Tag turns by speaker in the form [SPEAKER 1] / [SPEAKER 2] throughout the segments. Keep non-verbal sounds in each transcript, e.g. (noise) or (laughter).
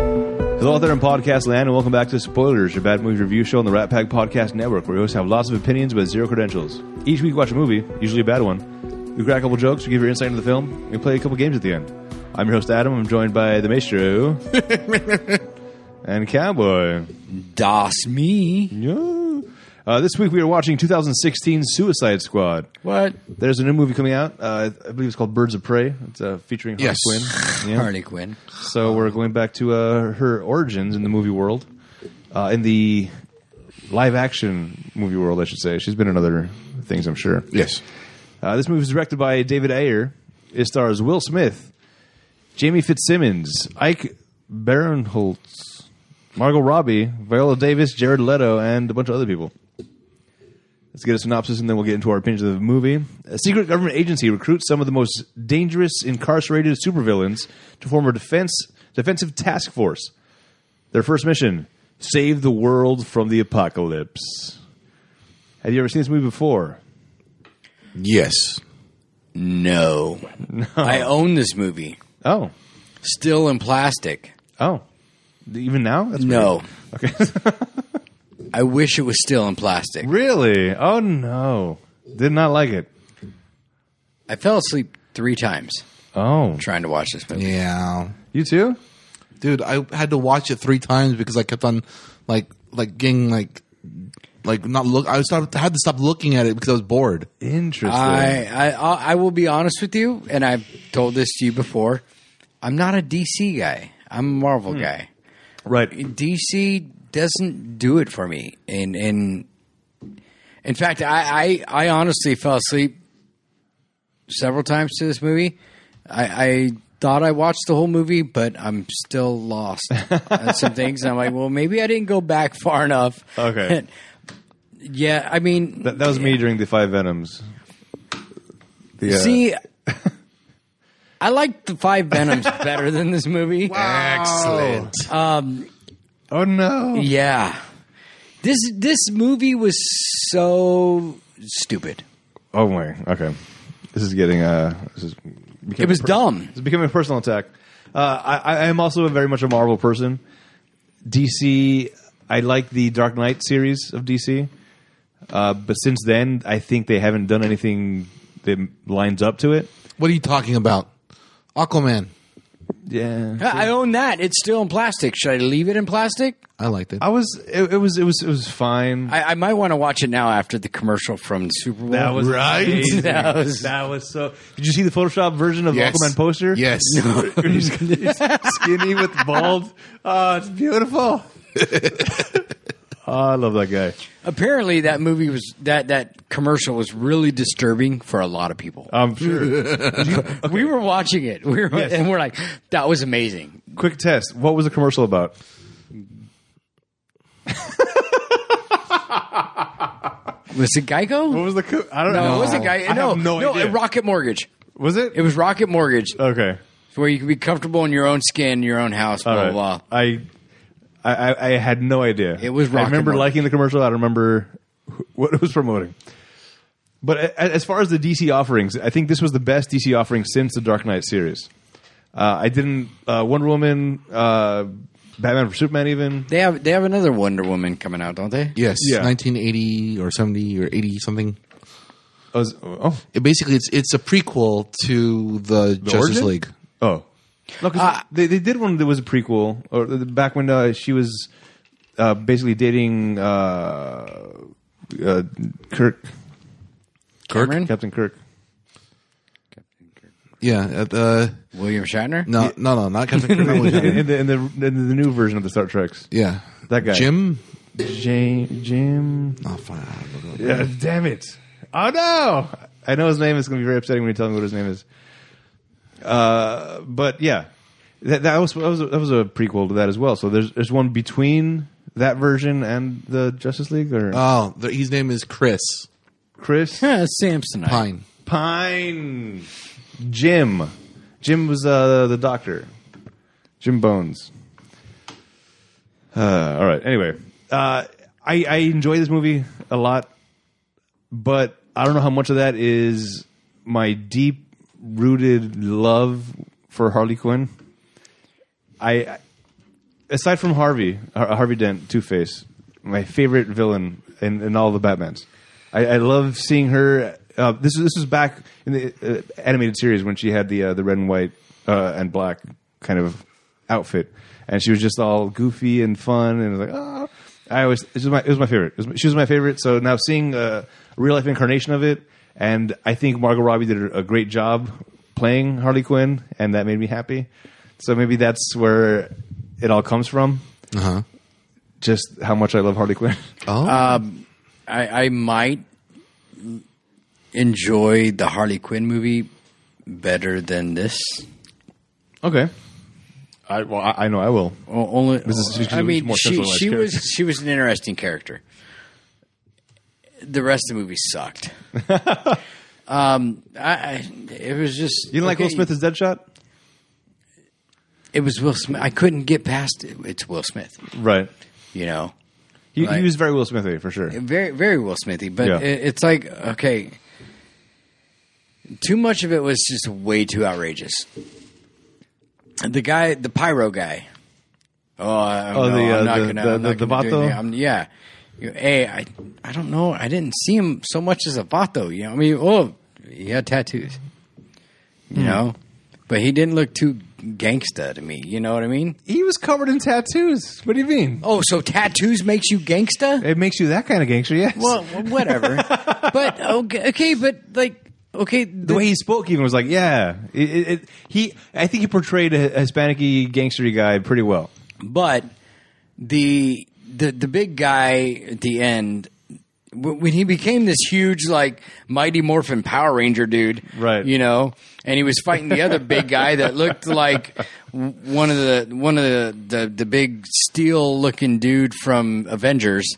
[SPEAKER 1] Hello out there in podcast land, and welcome back to Spoilers, your bad movie review show on the Rat Pack Podcast Network, where we always have lots of opinions but zero credentials. Each week, we watch a movie, usually a bad one. We crack a couple jokes, we give your insight into the film, and we play a couple games at the end. I'm your host Adam. I'm joined by the Maestro and Cowboy.
[SPEAKER 2] Das me.
[SPEAKER 1] Yeah. Uh, this week, we are watching 2016 Suicide Squad.
[SPEAKER 2] What?
[SPEAKER 1] There's a new movie coming out. Uh, I believe it's called Birds of Prey. It's uh, featuring Harley
[SPEAKER 2] Yes. (laughs)
[SPEAKER 1] Quinn. Yeah.
[SPEAKER 2] Harley Quinn.
[SPEAKER 1] So we're going back to uh, her origins in the movie world, uh, in the live action movie world, I should say. She's been in other things, I'm sure.
[SPEAKER 3] Yes.
[SPEAKER 1] Uh, this movie was directed by David Ayer. It stars Will Smith, Jamie Fitzsimmons, Ike Barinholtz, Margot Robbie, Viola Davis, Jared Leto, and a bunch of other people. Let's get a synopsis and then we'll get into our opinions of the movie. A secret government agency recruits some of the most dangerous incarcerated supervillains to form a defense defensive task force. Their first mission save the world from the apocalypse. Have you ever seen this movie before?
[SPEAKER 3] Yes.
[SPEAKER 2] No. I own this movie.
[SPEAKER 1] Oh.
[SPEAKER 2] Still in plastic.
[SPEAKER 1] Oh, even now? That's
[SPEAKER 2] No.
[SPEAKER 1] weird. Okay.
[SPEAKER 2] I wish it was still in plastic.
[SPEAKER 1] really? Oh no, did not like it.
[SPEAKER 2] I fell asleep three times
[SPEAKER 1] Oh,
[SPEAKER 2] trying to watch this movie.
[SPEAKER 3] Yeah.
[SPEAKER 1] you too?
[SPEAKER 3] Dude, I had to watch it three times because I kept on like like getting like like not look. I stopped. I had to stop looking at it because I was bored.
[SPEAKER 1] Interesting.
[SPEAKER 2] I, I I I will be honest with you, and I've told this to you before. I'm not a DC guy. I'm a Marvel guy.
[SPEAKER 1] right.
[SPEAKER 2] DC doesn't do it for me. And and in fact, I I, I honestly fell asleep several times to this movie. I, I thought I watched the whole movie, but I'm still
[SPEAKER 1] (laughs)
[SPEAKER 2] lost on some things. And I'm like, well, maybe I didn't go back far enough.
[SPEAKER 1] Okay.
[SPEAKER 2] And- (laughs) yeah, I mean,
[SPEAKER 1] That, that was me during the Five Venoms. The, uh, (laughs)
[SPEAKER 2] see. I like the Five Venoms better than this movie.
[SPEAKER 3] Excellent.
[SPEAKER 1] Oh no.
[SPEAKER 2] Yeah. This this movie was so stupid.
[SPEAKER 1] Oh my. Okay. This is getting uh. This is. becoming
[SPEAKER 2] It was dumb.
[SPEAKER 1] It's becoming a personal attack. Uh, I, I am also a very much a Marvel person. DC, I like the Dark Knight series of DC, uh, but since then, I think they haven't done anything that lines up to it.
[SPEAKER 3] What are you talking about? Aquaman.
[SPEAKER 1] Yeah,
[SPEAKER 2] I own that. It's still in plastic. Should I leave it in plastic?
[SPEAKER 3] I liked it.
[SPEAKER 1] I was. It, it was. It was. It was fine.
[SPEAKER 2] I, I might want to watch it now after the commercial from Super Bowl.
[SPEAKER 1] that was
[SPEAKER 3] Right?
[SPEAKER 1] amazing.
[SPEAKER 2] (laughs) That was-
[SPEAKER 1] that was so. Did you see the Photoshop version of the Aquaman poster?
[SPEAKER 3] Yes.
[SPEAKER 1] (laughs) He's- (laughs) he's skinny with (laughs) bald. Oh, it's beautiful. oh, I love that guy.
[SPEAKER 2] (laughs) apparently that movie was that that commercial was really disturbing for a lot of people.
[SPEAKER 1] I'm sure.
[SPEAKER 2] We were watching it. We were
[SPEAKER 1] Yes.
[SPEAKER 2] and we're like, that was amazing.
[SPEAKER 1] Quick test. What was the commercial about?
[SPEAKER 2] Was it
[SPEAKER 1] What
[SPEAKER 2] Geico?
[SPEAKER 1] was the? Co- I don't
[SPEAKER 2] No,
[SPEAKER 1] know.
[SPEAKER 2] it wasn't Geico.
[SPEAKER 1] Oh, I
[SPEAKER 2] no,
[SPEAKER 1] have no,
[SPEAKER 2] no,
[SPEAKER 1] idea.
[SPEAKER 2] Rocket Mortgage.
[SPEAKER 1] was it?
[SPEAKER 2] It was Rocket Mortgage,
[SPEAKER 1] okay.
[SPEAKER 2] where you can be comfortable in your own skin, your own house, blah
[SPEAKER 1] All
[SPEAKER 2] blah
[SPEAKER 1] right.
[SPEAKER 2] blah.
[SPEAKER 1] I, I, I, I had no idea.
[SPEAKER 2] Oh, It was
[SPEAKER 1] I
[SPEAKER 2] Rocket
[SPEAKER 1] remember
[SPEAKER 2] Mortgage.
[SPEAKER 1] liking the commercial. I don't remember wh- what it was promoting. But a- as far as the DC offerings, I think this was the best DC offering since the Dark Knight series. Uh, I didn't uh, Wonder Woman, uh, Batman for Superman, even.
[SPEAKER 2] They have they have another Wonder Woman coming out, don't they?
[SPEAKER 3] Yes.
[SPEAKER 1] Yeah.
[SPEAKER 3] 1980 or 70 or 80 something.
[SPEAKER 1] I was, oh,
[SPEAKER 3] It basically it's it's a prequel to the, Justice
[SPEAKER 1] origin?
[SPEAKER 3] League.
[SPEAKER 1] Oh, no, 'cause
[SPEAKER 2] Ah.
[SPEAKER 1] they they did one that was a prequel, or the- the- back when uh, she was uh, basically dating uh, uh, Kirk,
[SPEAKER 2] Cameron?
[SPEAKER 1] Captain Kirk.
[SPEAKER 3] Yeah. Uh, uh,
[SPEAKER 2] William Shatner.
[SPEAKER 3] no, no, no, not Captain Kirk.
[SPEAKER 1] (laughs) (laughs) in, in the, in, the, in the new version of the Star Treks,
[SPEAKER 3] Yeah.
[SPEAKER 1] That guy.
[SPEAKER 3] Jim.
[SPEAKER 1] Jim, Jim.
[SPEAKER 3] Oh, fine. I don't know.
[SPEAKER 1] Yeah, damn it! Oh no! I know his name is going to be very upsetting when you tell me what his name is. Uh, but yeah, that, that was that was that was a prequel to that as well. So there's there's one between that version and the Justice League, or
[SPEAKER 3] Oh, the, his name is Chris
[SPEAKER 1] (laughs) Chris
[SPEAKER 2] Yeah, Samsonite.
[SPEAKER 3] Pine.
[SPEAKER 1] Pine. Jim. Jim was uh, the doctor. Jim Bones. Uh, all right. Anyway, uh, I, I enjoy this movie a lot, but I don't know how much of that is my deep rooted love for Harley Quinn. I aside from Harvey, Har- Harvey Dent, Two Face, my favorite villain in, in all the Batmans. I, I love seeing her. Uh, this was- this was back in the uh, animated series when she had the uh, the red and white uh, and black kind of outfit, and she was just all goofy and fun, and it was like ah. I always it was my it was my favorite. It was my- she was my favorite. So now seeing uh, a real life incarnation of it, and I think Margot Robbie did a a great job playing Harley Quinn, and that made me happy. So maybe that's where it all comes from.
[SPEAKER 3] Uh huh.
[SPEAKER 1] Just how much I love Harley Quinn.
[SPEAKER 3] Oh,
[SPEAKER 1] Uh,
[SPEAKER 2] I, I might enjoy the Harley Quinn movie better than this.
[SPEAKER 1] (laughs) okay. I well, I, I know I will.
[SPEAKER 2] O- Only,
[SPEAKER 1] is- this
[SPEAKER 2] I
[SPEAKER 1] is
[SPEAKER 2] mean,
[SPEAKER 1] more
[SPEAKER 2] she,
[SPEAKER 1] centralized
[SPEAKER 2] she was
[SPEAKER 1] character.
[SPEAKER 2] she was an interesting character. The rest of the movie
[SPEAKER 1] (laughs)
[SPEAKER 2] sucked. um, I, I, it was just
[SPEAKER 1] You didn't like Will Smith as Deadshot,
[SPEAKER 2] It was Will Smith. I couldn't get past it. It's Will Smith.
[SPEAKER 1] right?
[SPEAKER 2] You know,
[SPEAKER 1] He, he
[SPEAKER 2] Right.
[SPEAKER 1] was very Will Smithy for sure.
[SPEAKER 2] very very Will Smithy, but
[SPEAKER 1] Yeah.
[SPEAKER 2] it, it's like okay, too much of it was just way too outrageous. The guy, the pyro guy. Oh, I,
[SPEAKER 1] Oh,
[SPEAKER 2] no,
[SPEAKER 1] the, uh,
[SPEAKER 2] I'm not
[SPEAKER 1] the-
[SPEAKER 2] gonna.
[SPEAKER 1] the-
[SPEAKER 2] I'm not
[SPEAKER 1] the-
[SPEAKER 2] gonna
[SPEAKER 1] the
[SPEAKER 2] do
[SPEAKER 1] Vato?
[SPEAKER 2] anything. I'm, yeah. You- Hey, I I don't know. I didn't see him so much as a vato. You know, I mean, oh, he had tattoos.
[SPEAKER 1] Hmm.
[SPEAKER 2] You know, but he didn't look too gangsta to me. You know what I mean?
[SPEAKER 1] He was covered in tattoos. What do you mean?
[SPEAKER 2] Oh, so tattoos makes you gangsta?
[SPEAKER 1] It makes you that kind of gangster, yes.
[SPEAKER 2] Well, w- (laughs) whatever. but okay, okay, but like okay,
[SPEAKER 1] the way he spoke even was like, yeah. It, it, it- he, I think he portrayed a Hispanic-y gangstery guy pretty well.
[SPEAKER 2] but the the the big guy at the end w- when he became this huge like mighty morphin power ranger dude
[SPEAKER 1] Right.
[SPEAKER 2] you know and he was fighting the other big guy that looked like w- one of the one of the the, the big steel looking dude from avengers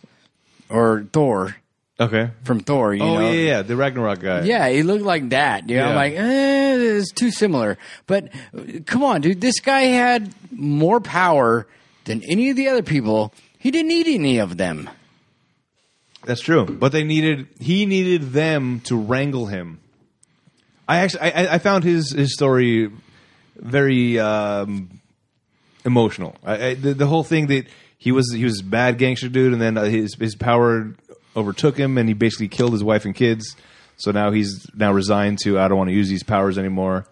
[SPEAKER 2] or thor
[SPEAKER 1] Okay.
[SPEAKER 2] from thor you
[SPEAKER 1] Oh
[SPEAKER 2] know
[SPEAKER 1] yeah, yeah, yeah, the Ragnarok guy.
[SPEAKER 2] Yeah, he looked like that. dude. I'm
[SPEAKER 1] Yeah.
[SPEAKER 2] like, eh, it's too similar. But uh, come on, dude, this guy had more power than any of the other people. He didn't need any of them.
[SPEAKER 1] that's true. But they needed he needed them to wrangle him. I actually I, I- I found his his story very um, emotional. I, I, the, the whole thing that he was he was a bad gangster dude, and then uh, his his power overtook him, and he basically killed his wife and kids. So now he's now resigned to I don't want to use these powers anymore.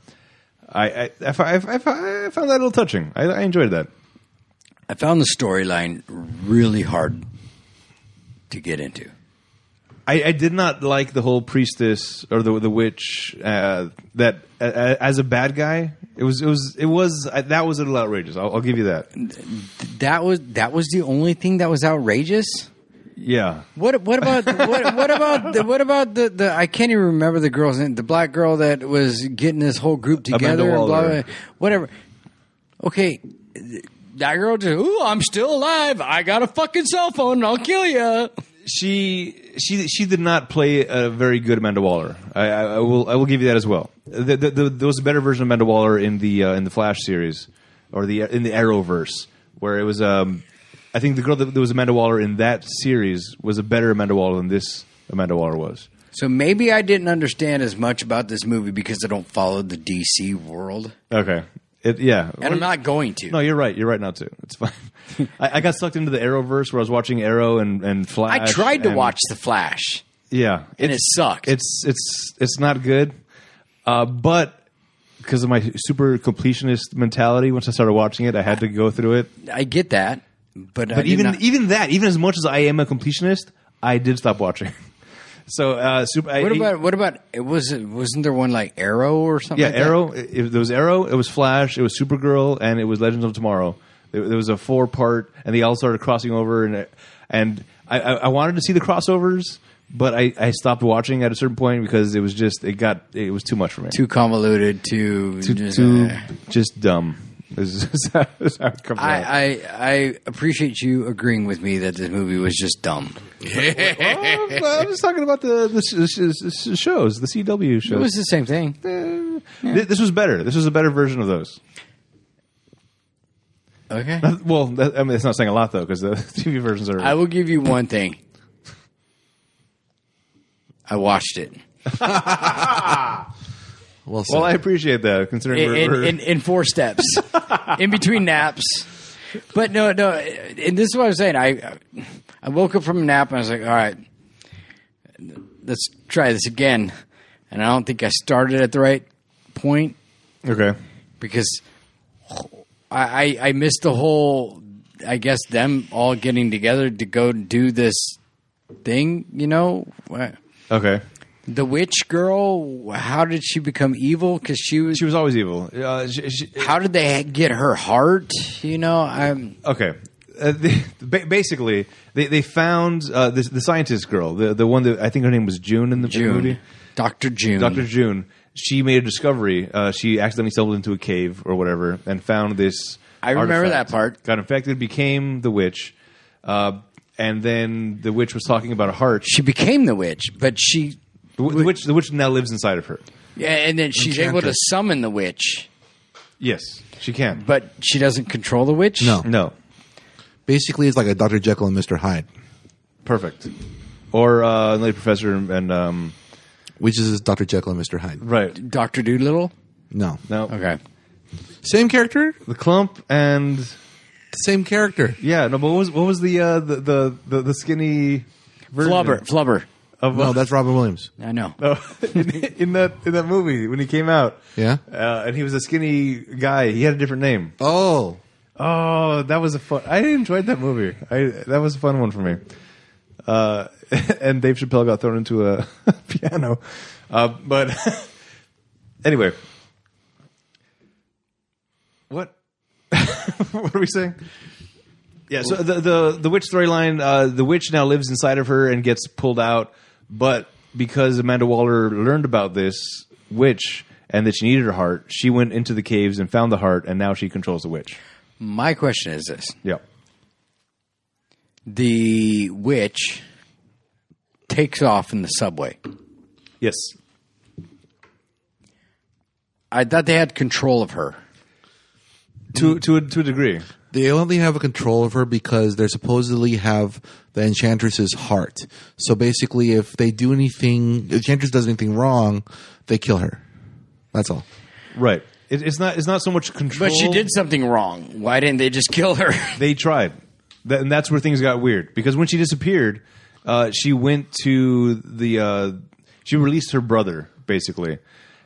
[SPEAKER 1] I I, I, fi- I, fi- I found that a little touching. I, I enjoyed that.
[SPEAKER 2] I found the storyline really hard to get into.
[SPEAKER 1] I, I did not like the whole priestess or the the witch uh, that uh, as a bad guy. It was it was it was uh, that was a little outrageous. I'll, I'll give you that.
[SPEAKER 2] That was that was the only thing that was outrageous.
[SPEAKER 1] Yeah,
[SPEAKER 2] What what about what, what about the, what about the, the I can't even remember the girl's name the black girl that was getting this whole group together and blah,
[SPEAKER 1] Waller.
[SPEAKER 2] blah, blah, whatever. Okay, that girl just ooh I'm still alive. I got a fucking cell phone and I'll kill you.
[SPEAKER 1] she she she did not play a very good Amanda Waller. I, I, I will I will give you that as well. The, the, the, there was a better version of Amanda Waller in the uh, in the Flash series or the in the Arrowverse where it was. Um, I think the girl that, that was Amanda Waller in that series was a better Amanda Waller than this Amanda Waller was.
[SPEAKER 2] So maybe I didn't understand as much about this movie because I don't follow the DC world,
[SPEAKER 1] Okay. It, yeah,
[SPEAKER 2] and I'm not going to.
[SPEAKER 1] No, you're right. You're right not to. It's fine. I, I got sucked into the Arrowverse where I was watching Arrow and and Flash.
[SPEAKER 2] I tried to
[SPEAKER 1] and-
[SPEAKER 2] watch The Flash,
[SPEAKER 1] Yeah,
[SPEAKER 2] and
[SPEAKER 1] it's
[SPEAKER 2] it sucked.
[SPEAKER 1] it's it's it's not good. Uh, but because of my super completionist mentality, once I started watching it, I had to go through it.
[SPEAKER 2] I get that, but, I
[SPEAKER 1] But
[SPEAKER 2] did
[SPEAKER 1] even E
[SPEAKER 2] not-
[SPEAKER 1] even that, even as much as I am a completionist, I did stop watching. (laughs) So uh, super. I-
[SPEAKER 2] what about what about it was it wasn't there one like Arrow or something?
[SPEAKER 1] Yeah,
[SPEAKER 2] like that?
[SPEAKER 1] Arrow. It, it- there was Arrow. It was Flash. It was Supergirl, and it was Legends of Tomorrow. There, there was a four part, and they all started crossing over, and and I, I I wanted to see the crossovers, but I, I stopped watching at a certain point because it was just it got it was too much for me.
[SPEAKER 2] too convoluted, too. uh,
[SPEAKER 1] too, too just dumb. Is, is how, is how it comes
[SPEAKER 2] I,
[SPEAKER 1] out.
[SPEAKER 2] I I appreciate you agreeing with me that this movie was just dumb.
[SPEAKER 1] Well, I was talking about the, the, sh- sh- sh- shows, the CW
[SPEAKER 2] It
[SPEAKER 1] shows.
[SPEAKER 2] was the same thing.
[SPEAKER 1] Eh, th- This was better. This was a better version of those.
[SPEAKER 2] Okay,
[SPEAKER 1] Well, that, I mean, it's not saying a lot though, because the (laughs) TV versions are.
[SPEAKER 2] I will give you one thing. I watched it
[SPEAKER 3] well, said.
[SPEAKER 1] Well, I appreciate that. Considering
[SPEAKER 2] in
[SPEAKER 1] we're,
[SPEAKER 2] in,
[SPEAKER 1] we're
[SPEAKER 2] in, in four steps, in between naps. But no, no, and this is what I'm saying. I I woke up from a nap and I was like, all right, let's try this again. And I don't think I started at the right point
[SPEAKER 1] Okay.
[SPEAKER 2] because I I, I missed the whole. I guess them all getting together to go do this thing. You know,
[SPEAKER 1] Okay.
[SPEAKER 2] the witch girl. How did she become evil? Because she was.
[SPEAKER 1] She was always evil. Uh, she, she,
[SPEAKER 2] how did they get her heart? You know, I'm.
[SPEAKER 1] okay. Uh, the, ba- basically, they, they found uh, this, the scientist girl, the, the one that I think her name was June in the movie.
[SPEAKER 2] June. Dr. June.
[SPEAKER 1] Dr. June. She made a discovery. Uh, she accidentally stumbled into a cave or whatever and found this.
[SPEAKER 2] I remember
[SPEAKER 1] artifact.
[SPEAKER 2] that part.
[SPEAKER 1] Got infected, became the witch. Uh, and then the witch was talking about a heart.
[SPEAKER 2] She became the witch, but she.
[SPEAKER 1] The, w- the witch, the witch now lives inside of her.
[SPEAKER 2] Yeah, and then she's able to
[SPEAKER 3] Enchantress.
[SPEAKER 2] summon the witch,
[SPEAKER 1] Yes, she can.
[SPEAKER 2] but she doesn't control the witch?
[SPEAKER 3] No.
[SPEAKER 1] no,
[SPEAKER 3] Basically, it's like a Dr. Jekyll and Mr. Hyde,
[SPEAKER 1] perfect. Or uh, Lady Professor and um,
[SPEAKER 3] which is Dr. Jekyll and Mr. Hyde.
[SPEAKER 1] right.
[SPEAKER 2] Dr. Doolittle?
[SPEAKER 3] No.
[SPEAKER 1] No,
[SPEAKER 2] Okay.
[SPEAKER 3] Same character?
[SPEAKER 1] the clump and
[SPEAKER 3] Same character.
[SPEAKER 1] yeah. No, but what was what was the uh, the, the the the skinny version
[SPEAKER 2] Flubber. Flubber.
[SPEAKER 1] of (laughs)
[SPEAKER 3] No, that's Robin Williams.
[SPEAKER 2] I know.
[SPEAKER 1] in, in that in that movie when he came out.
[SPEAKER 3] Yeah?
[SPEAKER 1] uh, and he was a skinny guy. He had a different name.
[SPEAKER 3] Oh.
[SPEAKER 1] Oh, that was a fun. I enjoyed that movie. I that was a fun one for me. Uh, (laughs) and Dave Chappelle got thrown into a (laughs) piano, uh, but (laughs) anyway, what (laughs) what are we saying? Yeah, so the the the witch storyline, uh, the witch now lives inside of her and gets pulled out, but because Amanda Waller learned about this witch and that she needed her heart, she went into the caves and found the heart, and now she controls the witch.
[SPEAKER 2] My question is this
[SPEAKER 1] Yeah.
[SPEAKER 2] The witch takes off in the subway.
[SPEAKER 1] Yes.
[SPEAKER 2] I thought they had control of her.
[SPEAKER 1] To to a, to a degree.
[SPEAKER 3] They only have a control of her because they supposedly have the Enchantress's heart. So basically, if they do anything, if the Enchantress does anything wrong, they kill her. That's all.
[SPEAKER 1] Right. It, it's not it's not so much control.
[SPEAKER 2] But she did something wrong. Why didn't they just kill her? (laughs)
[SPEAKER 1] They tried, That- and that's where things got weird because when she disappeared, uh, she went to the uh, she released her brother basically,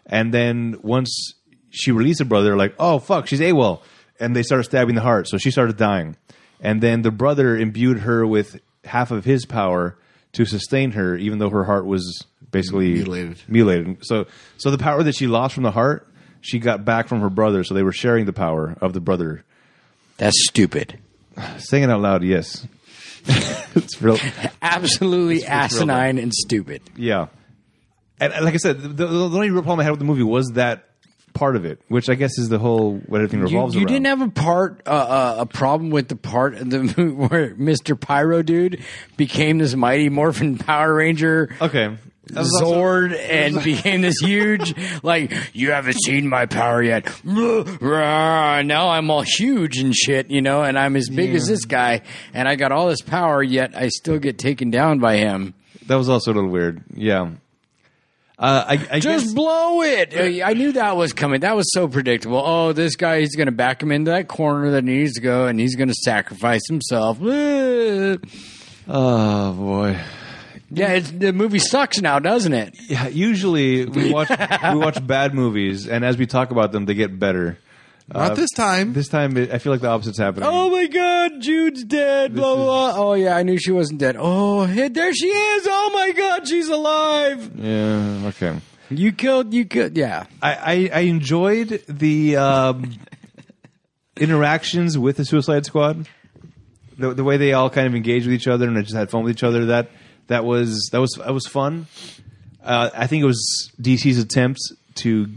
[SPEAKER 1] and then once she released her brother, like oh fuck, she's AWOL, and they started stabbing the heart, so she started dying, and then the brother imbued her with half of his power to sustain her, even though her heart was basically
[SPEAKER 3] Mutilated.
[SPEAKER 1] mutilated. So, so the power that she lost from the heart, she got back from her brother. So they were sharing the power of the brother.
[SPEAKER 2] That's stupid.
[SPEAKER 1] Saying it out loud,
[SPEAKER 2] (laughs)
[SPEAKER 1] yes. it's real.
[SPEAKER 2] Absolutely asinine and stupid.
[SPEAKER 1] Yeah. And uh, like I said, the, the, the only real problem I had with the movie was that part of it, which I guess is the whole what everything
[SPEAKER 2] You,
[SPEAKER 1] revolves
[SPEAKER 2] you
[SPEAKER 1] around.
[SPEAKER 2] didn't have a part uh, uh, a problem with the part of the (laughs) movie where Mr. Pyro dude became this mighty Morphin Power Ranger
[SPEAKER 1] okay. That was also-
[SPEAKER 2] Zord and (laughs) became this huge like you haven't seen my power yet. (laughs) Rah, Now I'm all huge and shit, you know, and I'm as big as this guy, and I got all this power, yet I still get taken down by him.
[SPEAKER 1] that was also a little weird. Yeah. Uh, I, I
[SPEAKER 2] Just
[SPEAKER 1] guess,
[SPEAKER 2] blow it. Uh, I knew that was coming. That was so predictable. Oh, this guy, he's going to back him into that corner that he needs to go, and he's going to sacrifice himself. (laughs) Uh,
[SPEAKER 1] oh boy.
[SPEAKER 2] Yeah, it's, the movie sucks now, doesn't it?
[SPEAKER 1] Yeah. Usually we
[SPEAKER 2] (laughs)
[SPEAKER 1] watch we watch bad movies, and as we talk about them, they get better. Uh,
[SPEAKER 3] Not this time.
[SPEAKER 1] This time, it, I feel like the opposite's happening.
[SPEAKER 2] Oh my God, Jude's dead. Blah, blah, blah. Oh, yeah, I knew she wasn't dead. Oh, hey, there she is. Oh my God, she's alive.
[SPEAKER 1] Yeah. Okay.
[SPEAKER 2] You killed, you killed. Yeah.
[SPEAKER 1] I, I, I enjoyed the um, interactions with the Suicide Squad. The, the way they all kind of engaged with each other and just had fun with each other. That that was that was that was fun. Uh, I think it was DC's attempt to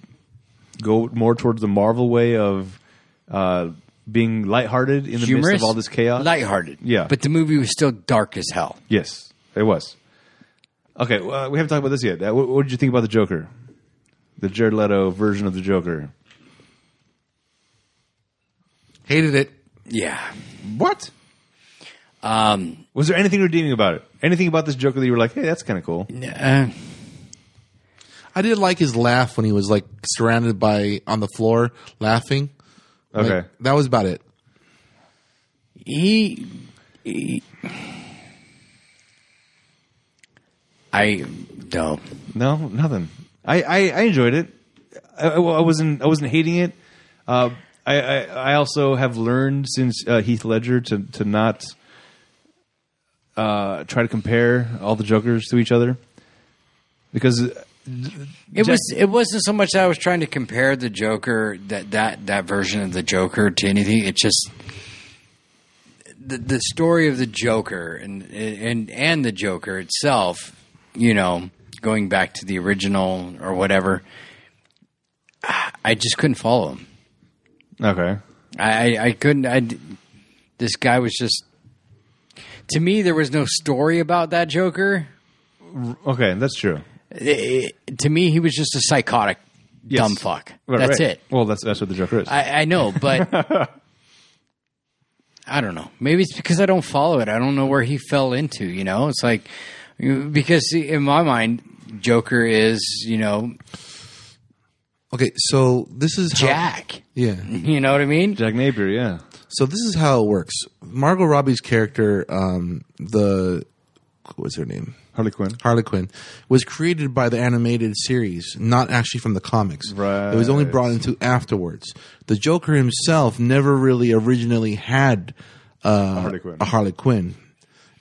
[SPEAKER 1] go more towards the Marvel way of uh, being lighthearted in the midst of all this chaos.
[SPEAKER 2] Lighthearted.
[SPEAKER 1] Yeah.
[SPEAKER 2] But the movie was still dark as hell.
[SPEAKER 1] yes, it was. Okay, well, we haven't talked about this yet. Uh, What, what did you think about the Joker? The Jared Leto version of the Joker.
[SPEAKER 3] Hated it.
[SPEAKER 2] Yeah.
[SPEAKER 1] What?
[SPEAKER 2] Um,
[SPEAKER 1] Was there anything redeeming about it? Anything about this Joker that you were like, hey, that's kind of cool?
[SPEAKER 2] Uh,
[SPEAKER 3] I did like his laugh when he was like surrounded by on the floor laughing. Like,
[SPEAKER 1] Okay.
[SPEAKER 3] that was about it.
[SPEAKER 2] he, he- I no.
[SPEAKER 1] No, nothing. I, I, I enjoyed it. I, I- I wasn't I wasn't hating it. Uh, I, I I also have learned since uh, Heath Ledger to to not uh, try to compare all the Jokers to each other because
[SPEAKER 2] It
[SPEAKER 1] Jack-
[SPEAKER 2] was it wasn't so much that I was trying to compare the Joker that that that version of the Joker to anything. It's just the the story of the Joker and and and the Joker itself. You know, going back to the original or whatever, I just couldn't follow him.
[SPEAKER 1] okay
[SPEAKER 2] I, I- I couldn't. I, d- this guy was just. To me, there was no story about that Joker.
[SPEAKER 1] okay that's true
[SPEAKER 2] I- I- to me, he was just a psychotic
[SPEAKER 1] Yes.
[SPEAKER 2] dumb fuck.
[SPEAKER 1] Right,
[SPEAKER 2] That's
[SPEAKER 1] right.
[SPEAKER 2] it.
[SPEAKER 1] Well, that's that's what the Joker is.
[SPEAKER 2] I, I know,
[SPEAKER 1] (laughs)
[SPEAKER 2] but I don't know. Maybe it's because I don't follow it. I don't know where he fell into. You know, it's like you- because see, in my mind, Joker is you know
[SPEAKER 3] Okay, so this is how,
[SPEAKER 2] Jack.
[SPEAKER 3] Yeah.
[SPEAKER 2] You know what I mean?
[SPEAKER 1] Jack Napier, Oh. yeah.
[SPEAKER 3] So this is how it works. Margot Robbie's character, um, the what was her name?
[SPEAKER 1] Harley Quinn.
[SPEAKER 3] Harley Quinn was created by the animated series, not actually from the comics.
[SPEAKER 1] Right.
[SPEAKER 3] It was only brought into afterwards. The Joker himself never really originally had uh, a,
[SPEAKER 1] Harley Quinn.
[SPEAKER 3] Harley Quinn.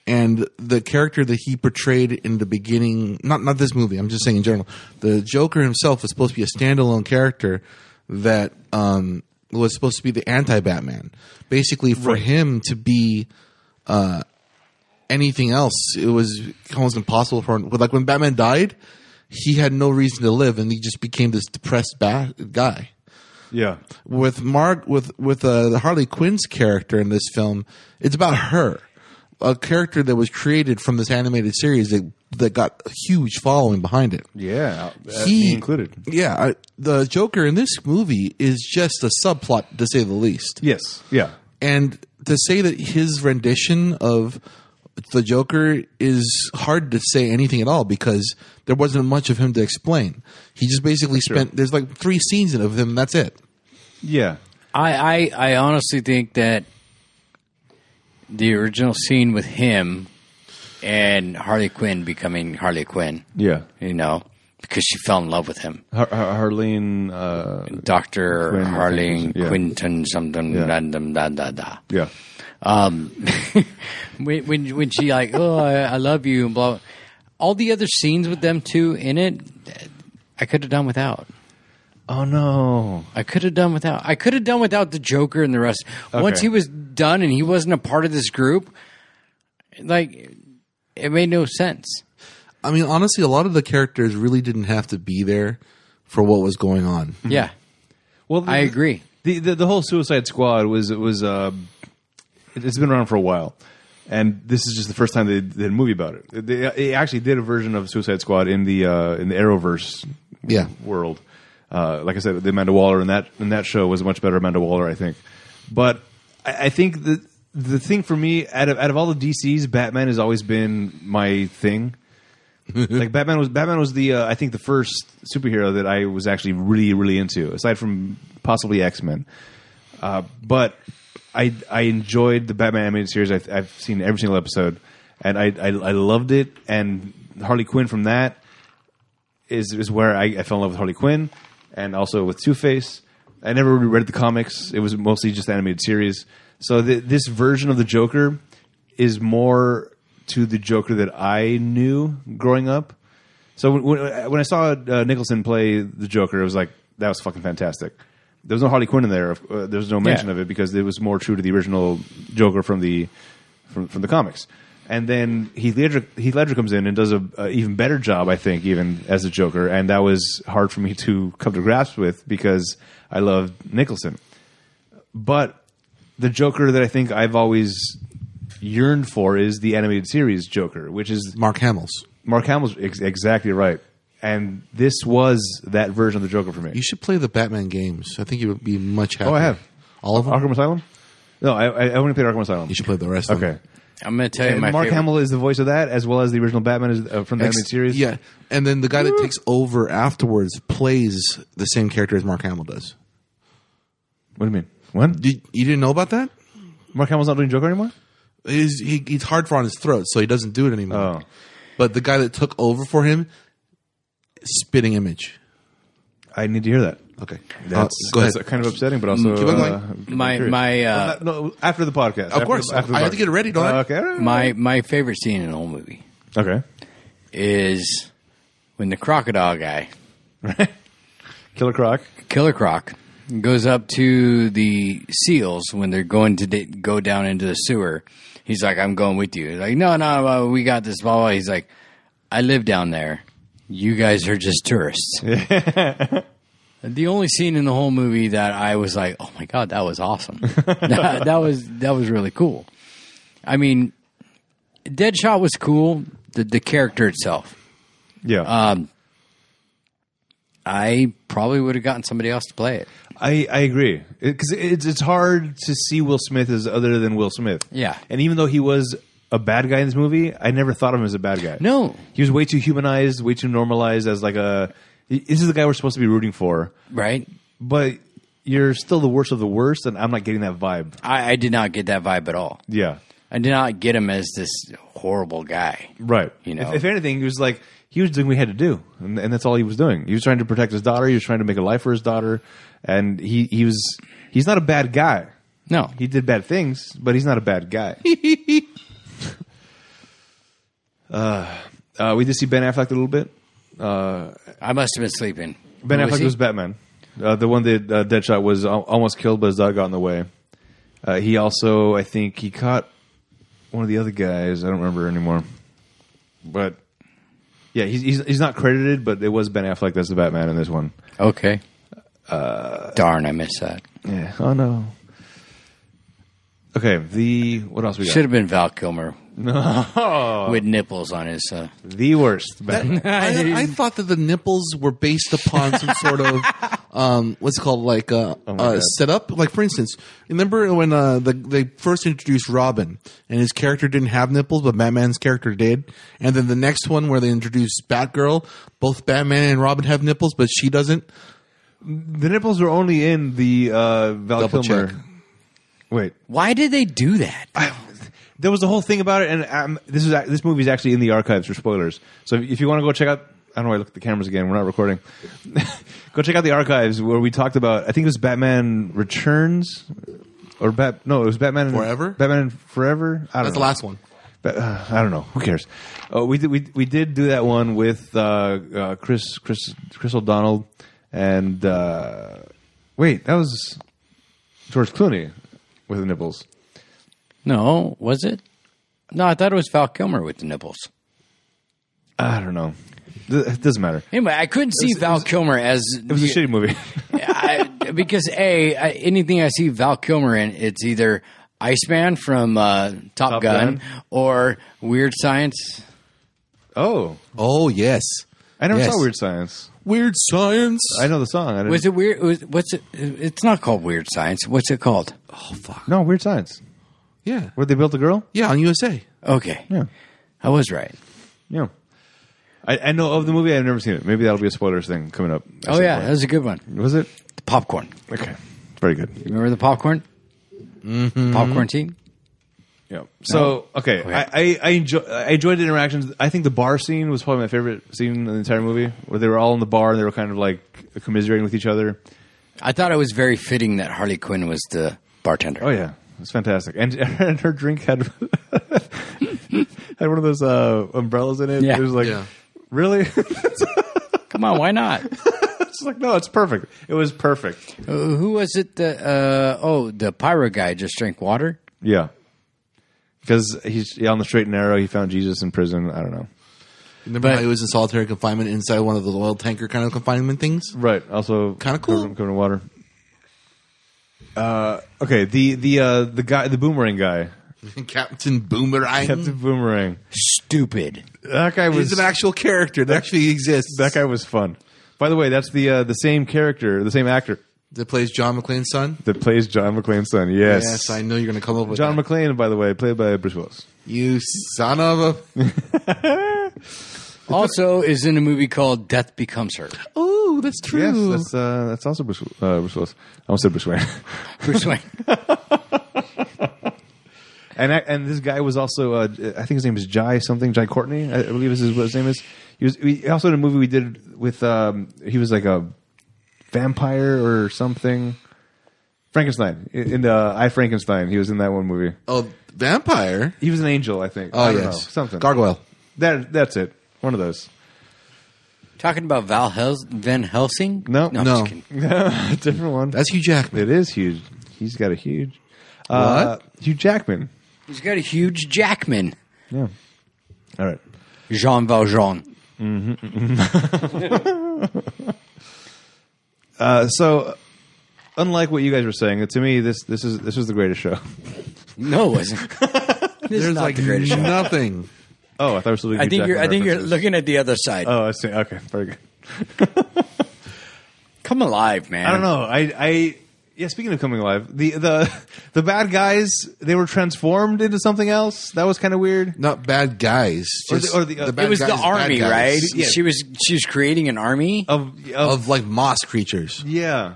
[SPEAKER 3] And the character that he portrayed in the beginning, not not this movie, I'm just saying in general, the Joker himself was supposed to be a standalone character that um, was supposed to be the anti Batman. Basically, for him to be uh, anything else. It was almost impossible for him. Like when Batman died, he had no reason to live, and he just became this depressed bat guy.
[SPEAKER 1] Yeah.
[SPEAKER 3] With Mark, with with uh, the Harley Quinn's character in this film, it's about her, a character that was created from this animated series that that got a huge following behind it.
[SPEAKER 1] Yeah. uh,
[SPEAKER 3] He-
[SPEAKER 1] me included.
[SPEAKER 3] Yeah, I, the Joker in this movie is just a subplot to say the least.
[SPEAKER 1] Yes. Yeah.
[SPEAKER 3] And to say that his rendition of the Joker is hard to say anything at all because there wasn't much of him to explain. He just basically spent there's like three scenes of him. That's it.
[SPEAKER 1] Yeah.
[SPEAKER 2] I, I I honestly think that the original scene with him and Harley Quinn becoming Harley Quinn,
[SPEAKER 1] Yeah.
[SPEAKER 2] you know, because she fell in love with him.
[SPEAKER 1] Har- Har- Harleen. Uh,
[SPEAKER 2] Dr.
[SPEAKER 1] Quinn,
[SPEAKER 2] Harley
[SPEAKER 1] yeah.
[SPEAKER 2] Quinton something random da da da.
[SPEAKER 1] yeah.
[SPEAKER 2] Um, (laughs) when, when when she like, oh, I, I love you and blah. All the other scenes with them two in it, I could have done without.
[SPEAKER 1] Oh no.
[SPEAKER 2] I could have done without. I could have done without the Joker and the rest. Once
[SPEAKER 1] Okay.
[SPEAKER 2] he was done and he wasn't a part of this group, like it made no sense.
[SPEAKER 1] Mm-hmm.
[SPEAKER 3] I mean, honestly, a lot of the characters really didn't have to be there for what was going on.
[SPEAKER 2] Yeah,
[SPEAKER 1] Well,
[SPEAKER 2] I agree.
[SPEAKER 1] The, the the whole Suicide Squad was it was um, it, it's been around for a while, and this is just the first time they did a movie about it. They, they actually did a version of Suicide Squad in the uh, in the Arrowverse
[SPEAKER 3] Yeah.
[SPEAKER 1] world. Uh, like I said, the Amanda Waller in that in that show was a much better Amanda Waller, I think. But I, I think the the thing for me out of out of all the DCs, Batman has always been my thing. like Batman was Batman was the uh, I think the first superhero that I was actually really really into, aside from possibly X Men. Uh, but I I enjoyed the Batman animated series. I've, I've seen every single episode, and I, I I loved it. And Harley Quinn from that is is where I, I fell in love with Harley Quinn and also with Two Face. I never really read the comics; it was mostly just animated series. So th- this version of the Joker is more to the Joker that I knew growing up. So when, when, when I saw uh, Nicholson play the Joker, it was like that was fucking fantastic. There was no Harley Quinn in there. Uh, there was no mention
[SPEAKER 2] Yeah.
[SPEAKER 1] of it because it was more true to the original Joker from the from, from the comics. And then Heath Ledger, Heath Ledger comes in and does a, a even better job, I think, even as a Joker. And that was hard for me (laughs) to come to grasp with because I loved Nicholson. But the Joker that I think I've always yearned for is the animated series Joker, which is
[SPEAKER 3] Mark Hamill's.
[SPEAKER 1] Mark Hamill's ex- exactly right. And this was that version of the Joker for me.
[SPEAKER 3] You should play the Batman games. I think you would be much happier.
[SPEAKER 1] Oh, I have.
[SPEAKER 3] all of them.
[SPEAKER 1] Arkham Asylum? No, I, I I only played Arkham Asylum.
[SPEAKER 3] You should play the rest. Of them.
[SPEAKER 1] Okay.
[SPEAKER 2] I'm going to tell you
[SPEAKER 1] And
[SPEAKER 2] my
[SPEAKER 1] Mark
[SPEAKER 2] favorite.
[SPEAKER 1] Hamill is the voice of that, as well as the original Batman is, uh, from the
[SPEAKER 3] Ex-
[SPEAKER 1] animated series.
[SPEAKER 3] Yeah, and then the guy that takes over afterwards plays the same character as Mark Hamill does.
[SPEAKER 1] What do you mean? What?
[SPEAKER 3] Did, you didn't know about that?
[SPEAKER 1] Mark Hamill's not doing Joker anymore.
[SPEAKER 3] He's, he, he's hard for on his throat, so he doesn't do it anymore.
[SPEAKER 1] Oh.
[SPEAKER 3] But the guy that took over for him, spitting image.
[SPEAKER 1] I need to hear that.
[SPEAKER 3] Okay,
[SPEAKER 1] That's,
[SPEAKER 3] Uh, go ahead.
[SPEAKER 1] that's kind of upsetting, but also
[SPEAKER 3] keep on going.
[SPEAKER 1] uh,
[SPEAKER 2] My
[SPEAKER 1] curious.
[SPEAKER 2] my
[SPEAKER 1] Well,
[SPEAKER 2] uh,
[SPEAKER 1] not- no, after the podcast. Of
[SPEAKER 3] course. I have to get it ready, don't I?
[SPEAKER 1] Okay. all right.
[SPEAKER 2] my my favorite scene in the whole movie
[SPEAKER 1] okay.
[SPEAKER 2] is when the crocodile guy,
[SPEAKER 1] Killer Croc.
[SPEAKER 2] Killer Croc, goes up to the seals when they're going to da- go down into the sewer. He's like, "I'm going with you." He's like, "No, no, uh, we got this." Blah blah. He's like, "I live down there. You guys are just tourists." The only scene in the whole movie that I was like, "Oh my god, that was awesome! that, that was that was really cool." I mean, Deadshot was cool. The the character itself,
[SPEAKER 1] Yeah.
[SPEAKER 2] I probably would have gotten somebody else to play it.
[SPEAKER 1] I, I agree because it's it's hard to see Will Smith as other than Will Smith.
[SPEAKER 2] Yeah.
[SPEAKER 1] and even though he was a bad guy in this movie, I never thought of him as a bad guy.
[SPEAKER 2] No.
[SPEAKER 1] he was way too humanized, way too normalized as like a. This is the guy we're supposed to be rooting for,
[SPEAKER 2] Right?
[SPEAKER 1] but you're still the worst of the worst, and I'm not getting that vibe.
[SPEAKER 2] I, I did not get that vibe at all.
[SPEAKER 1] Yeah,
[SPEAKER 2] I did not get him as this horrible guy.
[SPEAKER 1] right.
[SPEAKER 2] You know.
[SPEAKER 1] if, if anything, he was like he was doing what we had to do, and, and that's all he was doing. He was trying to protect his daughter. He was trying to make a life for his daughter, and he he was he's not a bad guy.
[SPEAKER 2] No,
[SPEAKER 1] He did bad things, but he's not a bad
[SPEAKER 2] (laughs)
[SPEAKER 1] guy. uh, uh, we did see Ben Affleck a little bit.
[SPEAKER 2] I must have been sleeping.
[SPEAKER 1] Ben
[SPEAKER 2] Who
[SPEAKER 1] Affleck
[SPEAKER 2] Oh, he?
[SPEAKER 1] was Batman. Uh, the one that uh, Deadshot was al- almost killed, but his dog got in the way. Uh, he also, I think, he caught one of the other guys. I don't remember anymore. But yeah, he's he's, he's not credited, but it was Ben Affleck that's the Batman in this one.
[SPEAKER 2] okay. Uh, Darn, I missed that.
[SPEAKER 1] Yeah. Oh no. Okay. The what else we got?
[SPEAKER 2] Should have been
[SPEAKER 1] (laughs)
[SPEAKER 2] Val Kilmer with nipples on his. Uh,
[SPEAKER 1] The worst.
[SPEAKER 2] (laughs)
[SPEAKER 1] Batman.
[SPEAKER 3] I, I thought that the nipples were based upon some sort of um, what's it called like a,
[SPEAKER 1] Oh my
[SPEAKER 3] uh
[SPEAKER 1] God.
[SPEAKER 3] setup. Like for instance, remember when uh, the, they first introduced Robin and his character didn't have nipples, but Batman's character did. And then the next one where they introduced Batgirl, both Batman and Robin have nipples, but she doesn't.
[SPEAKER 1] The nipples were only in the uh, Val
[SPEAKER 3] Double
[SPEAKER 1] Kilmer.
[SPEAKER 3] check.
[SPEAKER 1] Wait,
[SPEAKER 2] why did they do that?
[SPEAKER 1] there was a whole thing about it, and um, this is ac- this movie is actually in the archives for spoilers. So if, if you want to go check out, I don't know. why I look at the cameras again. We're not recording. (laughs) go check out the archives where we talked about. I think it was Batman Returns, or Bat. No, it was Batman and-
[SPEAKER 3] Forever?
[SPEAKER 1] Batman and Forever. I don't
[SPEAKER 3] That's
[SPEAKER 1] know.
[SPEAKER 3] the last one.
[SPEAKER 1] But, uh, I don't know. Who cares? Uh, we did we we did do that one with uh, uh, Chris Chris Chris O'Donnell and uh, wait, that was George Clooney with the nipples.
[SPEAKER 2] No, was it? No, I thought it was Val Kilmer with the nipples.
[SPEAKER 1] I don't know. Th- It doesn't matter.
[SPEAKER 2] Anyway, I couldn't see Val Kilmer as
[SPEAKER 1] It was a shitty movie.
[SPEAKER 2] I, because a I, anything I see Val Kilmer in, it's either Iceman from uh, Top,
[SPEAKER 1] Top
[SPEAKER 2] Gun,
[SPEAKER 1] Gun.
[SPEAKER 2] or Weird Science.
[SPEAKER 1] (laughs) oh,
[SPEAKER 3] Oh yes,
[SPEAKER 1] I never
[SPEAKER 3] Yes.
[SPEAKER 1] saw Weird Science.
[SPEAKER 3] weird science.
[SPEAKER 1] I know the song. I didn't,
[SPEAKER 2] Was it weird? Was, what's it? It's not called Weird Science. What's it called?
[SPEAKER 1] no Weird Science?
[SPEAKER 3] Oh, yeah,
[SPEAKER 1] Where they built the girl?
[SPEAKER 3] yeah, on USA.
[SPEAKER 2] Okay,
[SPEAKER 1] Yeah,
[SPEAKER 2] I was right.
[SPEAKER 1] yeah. I, I know of the movie. I've never seen it. Maybe that'll be a spoilers thing coming up. at
[SPEAKER 2] Oh
[SPEAKER 1] some
[SPEAKER 2] yeah,
[SPEAKER 1] point.
[SPEAKER 2] that was a good one.
[SPEAKER 1] was it?
[SPEAKER 2] The popcorn.
[SPEAKER 1] Okay, very good.
[SPEAKER 2] Remember the popcorn?
[SPEAKER 1] Mm-hmm.
[SPEAKER 2] Popcorn team.
[SPEAKER 1] Yeah. So okay, I, I I, enjoy, I enjoyed the interactions. I think the bar scene was probably my favorite scene in the entire movie, where they were all in the bar and they were kind of like commiserating with each other.
[SPEAKER 2] I thought it was very fitting that Harley Quinn was the bartender.
[SPEAKER 1] Oh yeah, it's fantastic. And (laughs) and her drink had (laughs) had one of those uh, umbrellas in it.
[SPEAKER 2] Yeah.
[SPEAKER 1] It was like
[SPEAKER 3] Yeah.
[SPEAKER 1] really. (laughs) it's
[SPEAKER 2] Come on, why
[SPEAKER 1] (laughs)
[SPEAKER 2] not?
[SPEAKER 1] like no, it's perfect. It was perfect.
[SPEAKER 2] Uh, who was it? The uh, oh, the pyro guy just drank water.
[SPEAKER 1] Yeah. Because he's yeah, on the straight and narrow. He found Jesus in prison. I don't know.
[SPEAKER 3] Remember
[SPEAKER 2] But-
[SPEAKER 3] how he was in solitary confinement inside one of the oil tanker kind of confinement
[SPEAKER 1] (laughs)
[SPEAKER 3] things?
[SPEAKER 1] Right. Also,
[SPEAKER 3] Kinda cool.
[SPEAKER 1] Covered, covered in water. Uh, okay. The the uh, the guy, the boomerang guy,
[SPEAKER 3] Captain Boomerang.
[SPEAKER 1] Captain Boomerang.
[SPEAKER 2] Stupid.
[SPEAKER 1] That guy was
[SPEAKER 3] Mm-hmm. He's an actual character that actually exists.
[SPEAKER 1] that guy was fun. By the way, that's the uh, the same character, the same actor
[SPEAKER 3] that plays John McClane's son.
[SPEAKER 1] that plays John McClane's son. Yes,
[SPEAKER 3] Yes, I know you're going to come up with
[SPEAKER 1] John
[SPEAKER 3] that.
[SPEAKER 1] McClane, by the way, played by Bruce Willis.
[SPEAKER 3] you son of a.
[SPEAKER 2] Also, is in a movie called Death
[SPEAKER 1] (laughs)
[SPEAKER 2] Becomes Her.
[SPEAKER 3] Oh, that's
[SPEAKER 1] Yes, that's uh, (laughs) that's also Bruce, uh, Bruce Willis. I almost said Bruce Wayne.
[SPEAKER 2] Bruce Wayne.
[SPEAKER 1] And I, and this guy was also uh, I think his name is Jai something Jai Courtney I believe is his, what his name is. He was he, also in a movie we did with um, he was like a vampire or something. Frankenstein in in the uh, I Frankenstein. He was in that one movie.
[SPEAKER 3] Oh, vampire.
[SPEAKER 1] He was an angel, I think.
[SPEAKER 3] Oh
[SPEAKER 1] I don't
[SPEAKER 3] yes,
[SPEAKER 1] know, something
[SPEAKER 3] gargoyle.
[SPEAKER 1] That that's it. One of
[SPEAKER 3] (laughs)
[SPEAKER 1] those.
[SPEAKER 2] Talking about Val Hels- Van Helsing?
[SPEAKER 1] No,
[SPEAKER 2] I'm
[SPEAKER 3] no.
[SPEAKER 2] just kidding.
[SPEAKER 1] Different one.
[SPEAKER 3] That's Hugh Jackman.
[SPEAKER 1] it is huge. He's got a huge. Uh, Hugh Jackman.
[SPEAKER 2] He's got a huge Jackman.
[SPEAKER 1] Yeah. All right.
[SPEAKER 2] Jean Valjean.
[SPEAKER 1] Uh, so, unlike what you guys were saying, to me this this is this was the greatest show. (laughs)
[SPEAKER 2] No, it wasn't. this is
[SPEAKER 3] There's
[SPEAKER 2] not
[SPEAKER 3] like
[SPEAKER 2] the greatest show.
[SPEAKER 3] nothing.
[SPEAKER 1] Oh, I thought we were still doing
[SPEAKER 2] I
[SPEAKER 1] Hugh
[SPEAKER 2] think you're. I
[SPEAKER 1] Jackman
[SPEAKER 2] think you're
[SPEAKER 1] references.
[SPEAKER 2] looking at the other side.
[SPEAKER 1] Oh, I see. Okay, very good.
[SPEAKER 2] Come alive, man.
[SPEAKER 1] I don't know. I I yeah. Speaking of coming alive, the the (laughs) the bad guys they were transformed into something else. That was kind of weird.
[SPEAKER 3] Not bad guys.
[SPEAKER 1] Or the-
[SPEAKER 3] Just
[SPEAKER 1] or the, uh,
[SPEAKER 3] bad
[SPEAKER 2] It was
[SPEAKER 3] guys
[SPEAKER 2] the
[SPEAKER 3] is bad
[SPEAKER 2] army,
[SPEAKER 3] guys.
[SPEAKER 2] right?
[SPEAKER 1] Yeah. Oh.
[SPEAKER 2] She was. She was creating an army.
[SPEAKER 1] Of, of,
[SPEAKER 3] Of like moss creatures.
[SPEAKER 1] yeah,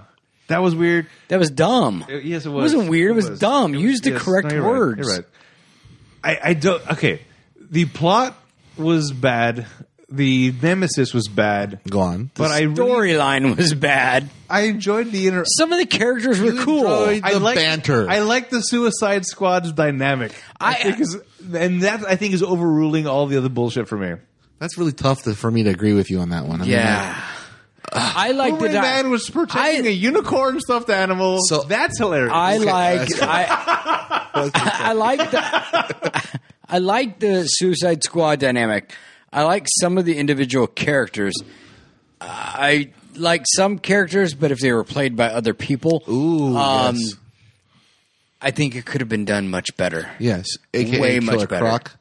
[SPEAKER 1] that was weird.
[SPEAKER 2] That was dumb.
[SPEAKER 1] Uh, Yes, it
[SPEAKER 2] It
[SPEAKER 1] was.
[SPEAKER 2] wasn't weird. It was dumb. Use the correct
[SPEAKER 1] you're
[SPEAKER 2] words.
[SPEAKER 1] Right. You're right. I, I don't. Okay, the plot was bad. The nemesis was bad.
[SPEAKER 3] Go on.
[SPEAKER 1] But I really,
[SPEAKER 2] Storyline was bad.
[SPEAKER 1] I enjoyed the inter.
[SPEAKER 2] Some of the characters were cool.
[SPEAKER 3] enjoyed-
[SPEAKER 1] I
[SPEAKER 3] The
[SPEAKER 1] like
[SPEAKER 3] banter.
[SPEAKER 1] I like the Suicide Squad's dynamic. I,
[SPEAKER 2] I-
[SPEAKER 1] think is, and that I think is overruling all the other bullshit for me.
[SPEAKER 3] that's really tough to, for me to agree with you on that one. I mean,
[SPEAKER 2] Yeah. I like the
[SPEAKER 1] Boomerang
[SPEAKER 2] di-
[SPEAKER 1] Man was protecting
[SPEAKER 2] I-
[SPEAKER 1] a unicorn stuffed animal.
[SPEAKER 3] So-
[SPEAKER 1] that's hilarious.
[SPEAKER 2] I like
[SPEAKER 1] (laughs)
[SPEAKER 3] that's-
[SPEAKER 2] I, (laughs) I like the (laughs) I like the Suicide Squad dynamic. I like some of the individual characters. I like some characters, but if they were played by other people,
[SPEAKER 3] Ooh,
[SPEAKER 2] um,
[SPEAKER 3] yes.
[SPEAKER 2] I think it could have been done much better.
[SPEAKER 3] Yes. AKA
[SPEAKER 2] Way much
[SPEAKER 3] Killer
[SPEAKER 2] better.
[SPEAKER 3] Croc.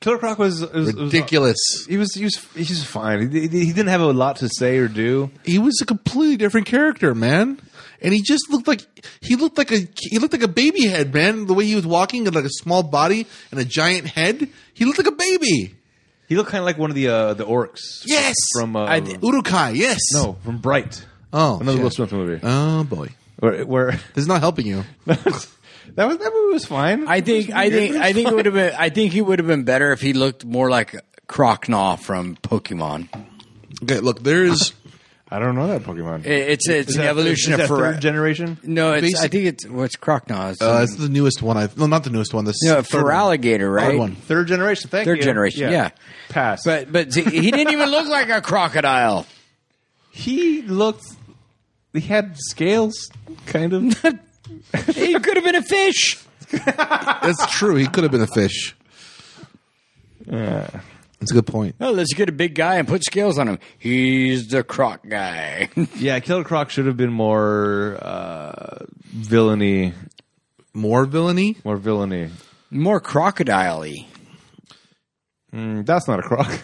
[SPEAKER 1] Killer Croc was, was was-
[SPEAKER 3] Ridiculous.
[SPEAKER 1] he was he was he's just fine. He, he didn't have a lot to say or do.
[SPEAKER 3] He was a completely different character, man. And he just looked like he looked like a he looked like a baby head, man. The way he was walking and like a small body and a giant head, he looked like a baby.
[SPEAKER 1] He looked kind of like one of the uh, the orcs.
[SPEAKER 3] Yes.
[SPEAKER 1] from uh,
[SPEAKER 2] I th-
[SPEAKER 3] Urukai, yes.
[SPEAKER 1] no from Bright.
[SPEAKER 3] Oh,
[SPEAKER 1] another
[SPEAKER 3] shit.
[SPEAKER 1] Will Smith movie.
[SPEAKER 3] Oh boy,
[SPEAKER 1] where where (laughs)
[SPEAKER 3] this is not helping you.
[SPEAKER 1] that was that movie was fine.
[SPEAKER 2] I think I think I think it would have been I think he would have been better if he looked more like Crocnaw from Pokemon.
[SPEAKER 3] Okay, look, (laughs) there's
[SPEAKER 1] I don't know that Pokemon.
[SPEAKER 2] It- It's it's
[SPEAKER 1] Is
[SPEAKER 2] an
[SPEAKER 1] that-
[SPEAKER 2] evolution
[SPEAKER 1] is that
[SPEAKER 2] of Ferre-
[SPEAKER 1] third generation.
[SPEAKER 2] No, it's, I
[SPEAKER 3] Basic-
[SPEAKER 2] think it's well, it's Crocnaw. It's,
[SPEAKER 3] uh, it's the newest one. I've no, not the newest one. This
[SPEAKER 2] you know,
[SPEAKER 3] third one.
[SPEAKER 2] Feraligator, right?
[SPEAKER 3] Third one.
[SPEAKER 1] Third generation. Thank
[SPEAKER 2] Third
[SPEAKER 1] you.
[SPEAKER 2] generation, yeah.
[SPEAKER 1] Pass.
[SPEAKER 2] But but see, he didn't even look like a crocodile.
[SPEAKER 1] he looked. He had scales, kind of.
[SPEAKER 2] He could have been a fish.
[SPEAKER 3] That's true. He could have been a fish. That's a good point.
[SPEAKER 2] Oh, let's get a big guy and put scales on him. He's the croc guy.
[SPEAKER 1] (laughs)
[SPEAKER 2] (laughs)
[SPEAKER 1] yeah, Killer Croc should have been more uh, villainy,
[SPEAKER 3] More villainy.
[SPEAKER 1] more villainy.
[SPEAKER 2] More crocodile
[SPEAKER 1] Mm, That's not a (laughs) croc.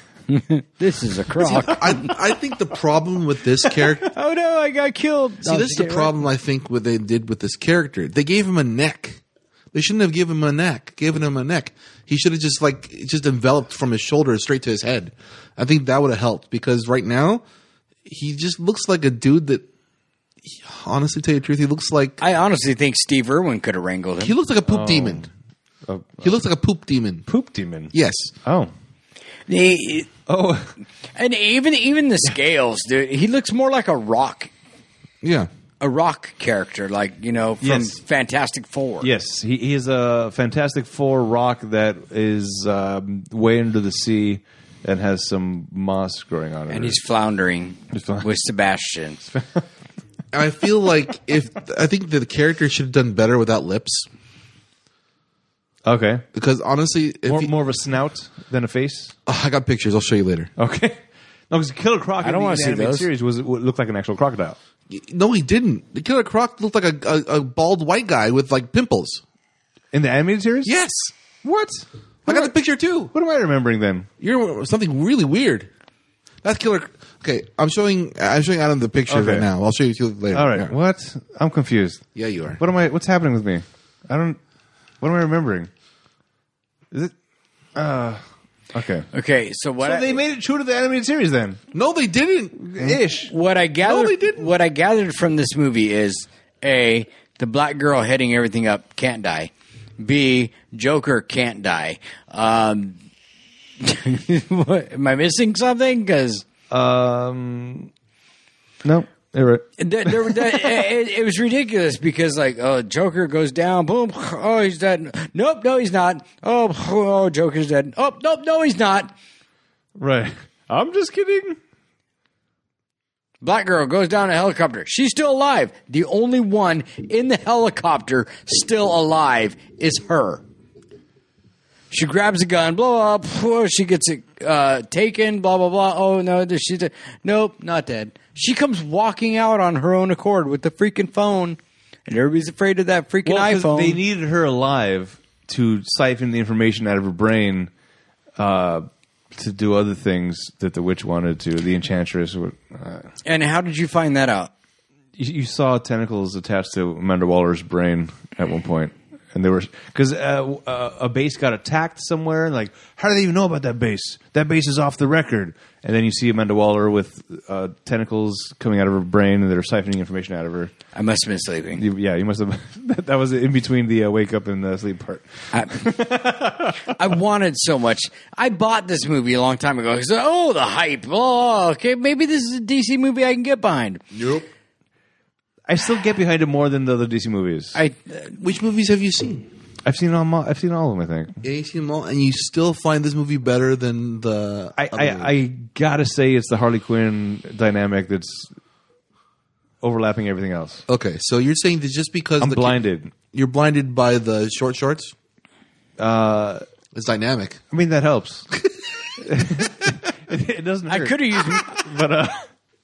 [SPEAKER 2] This is a croc.
[SPEAKER 3] I I think the problem with (laughs) this character.
[SPEAKER 2] oh no, I got killed.
[SPEAKER 3] See, this is the problem I think what they did with this character. They gave him a neck. They shouldn't have given him a neck. Given him a neck. He should have just like just enveloped from his shoulders straight to his head. I think that would have helped because right now he just looks like a dude that. Honestly, tell you the truth, he looks like
[SPEAKER 2] I honestly think Steve Irwin could have wrangled
[SPEAKER 3] He
[SPEAKER 2] him.
[SPEAKER 3] looks like a poop demon.
[SPEAKER 1] A
[SPEAKER 3] He looks like a poop demon.
[SPEAKER 1] poop demon.
[SPEAKER 3] Yes.
[SPEAKER 1] Oh.
[SPEAKER 2] He-
[SPEAKER 1] Oh.
[SPEAKER 2] and even even the scales, dude. He looks more like a rock,
[SPEAKER 3] Yeah.
[SPEAKER 2] a rock character, like you know from
[SPEAKER 1] Yes.
[SPEAKER 2] Fantastic Four.
[SPEAKER 1] (laughs) Yes, he, he is a Fantastic Four rock that is um, way under the sea and has some moss growing on it.
[SPEAKER 2] and he's floundering
[SPEAKER 1] floundering.
[SPEAKER 2] with (laughs) Sebastian.
[SPEAKER 3] I feel like if I think that the character should have done better without lips
[SPEAKER 1] okay.
[SPEAKER 3] because honestly, if
[SPEAKER 1] More,
[SPEAKER 3] he-
[SPEAKER 1] more of a snout than a face.
[SPEAKER 3] Oh, I got pictures. I'll show you later.
[SPEAKER 1] Okay. No, because Killer Croc.
[SPEAKER 2] don't
[SPEAKER 1] in
[SPEAKER 2] wanna
[SPEAKER 1] the
[SPEAKER 2] see
[SPEAKER 1] animated
[SPEAKER 2] those.
[SPEAKER 1] Series was w- looked like an actual crocodile.
[SPEAKER 3] No, he didn't. The Killer Croc looked like a, a, a bald white guy with like pimples.
[SPEAKER 1] In the animated series.
[SPEAKER 3] Yes.
[SPEAKER 1] What?
[SPEAKER 3] I got the picture too.
[SPEAKER 1] What am I remembering then?
[SPEAKER 3] You're something really weird. That's Killer. Okay, I'm showing. I'm showing Adam the picture
[SPEAKER 1] Okay.
[SPEAKER 3] right now. I'll show you two later.
[SPEAKER 1] All right.
[SPEAKER 3] Yeah.
[SPEAKER 1] What? I'm confused.
[SPEAKER 3] Yeah, you are.
[SPEAKER 1] What am I? What's happening with me? I don't. What am I remembering? Is it? Uh. Okay.
[SPEAKER 2] Okay, so what
[SPEAKER 1] So
[SPEAKER 2] I,
[SPEAKER 1] they made it true to the animated series then.
[SPEAKER 3] No, they didn't.
[SPEAKER 1] Ish.
[SPEAKER 2] what I gathered
[SPEAKER 3] they didn't.
[SPEAKER 2] what I gathered from this movie is a the black girl heading everything up can't die, B. Joker can't die. Um, (laughs) what, am I missing something? Because
[SPEAKER 1] Um, no, you're right.
[SPEAKER 2] there, there, (laughs) that, it, it was ridiculous because like oh Joker goes down boom oh he's dead nope no he's not oh oh Joker's dead oh nope no he's not
[SPEAKER 1] Right. I'm just kidding.
[SPEAKER 2] Black girl goes down in a helicopter she's still alive the only one in the helicopter still alive is her she grabs a gun blah blah, blah she gets it uh, taken blah blah blah oh no she's dead. nope not dead she comes walking out on her own accord with the freaking phone. And everybody's afraid of that freaking
[SPEAKER 1] Well, 'cause
[SPEAKER 2] iPhone.
[SPEAKER 1] They needed her alive to siphon the information out of her brain uh, to do other things that the witch wanted to. The enchantress. would- Uh,
[SPEAKER 2] And how did you find that out?
[SPEAKER 1] you, you saw tentacles attached to Amanda Waller's brain at one point, and they were because uh, w- uh, a base got attacked somewhere. And like, how do they even know about that base? That base is off the record. And then you see Amanda Waller with uh, tentacles coming out of her brain, and they're siphoning information out of her.
[SPEAKER 2] I must have been sleeping.
[SPEAKER 1] You, yeah, you must have. (laughs) that, that was in between the uh, wake up and uh, sleep part.
[SPEAKER 2] I, I wanted so much. I bought this movie a long time ago. I said, oh, the hype. Oh, okay. Maybe this is a DC movie I can get behind.
[SPEAKER 3] Nope.
[SPEAKER 1] I still get behind it more than the other DC movies. I,
[SPEAKER 2] I,
[SPEAKER 3] Which movies have you seen?
[SPEAKER 1] have seen all. I've seen all of them. I think.
[SPEAKER 3] Yeah, you seen them all, and you still find this movie better than the.
[SPEAKER 1] I,
[SPEAKER 3] other
[SPEAKER 1] I,
[SPEAKER 3] movie.
[SPEAKER 1] I gotta say it's the Harley Quinn dynamic that's overlapping everything else.
[SPEAKER 3] okay, so you're saying that just because
[SPEAKER 1] I'm
[SPEAKER 3] the-
[SPEAKER 1] blinded.
[SPEAKER 3] you're blinded by the short shorts. Uh, it's dynamic.
[SPEAKER 1] I mean that (laughs) helps. it, it doesn't.
[SPEAKER 2] I
[SPEAKER 1] Hurt.
[SPEAKER 2] could have
[SPEAKER 1] (laughs)
[SPEAKER 2] used
[SPEAKER 1] but uh,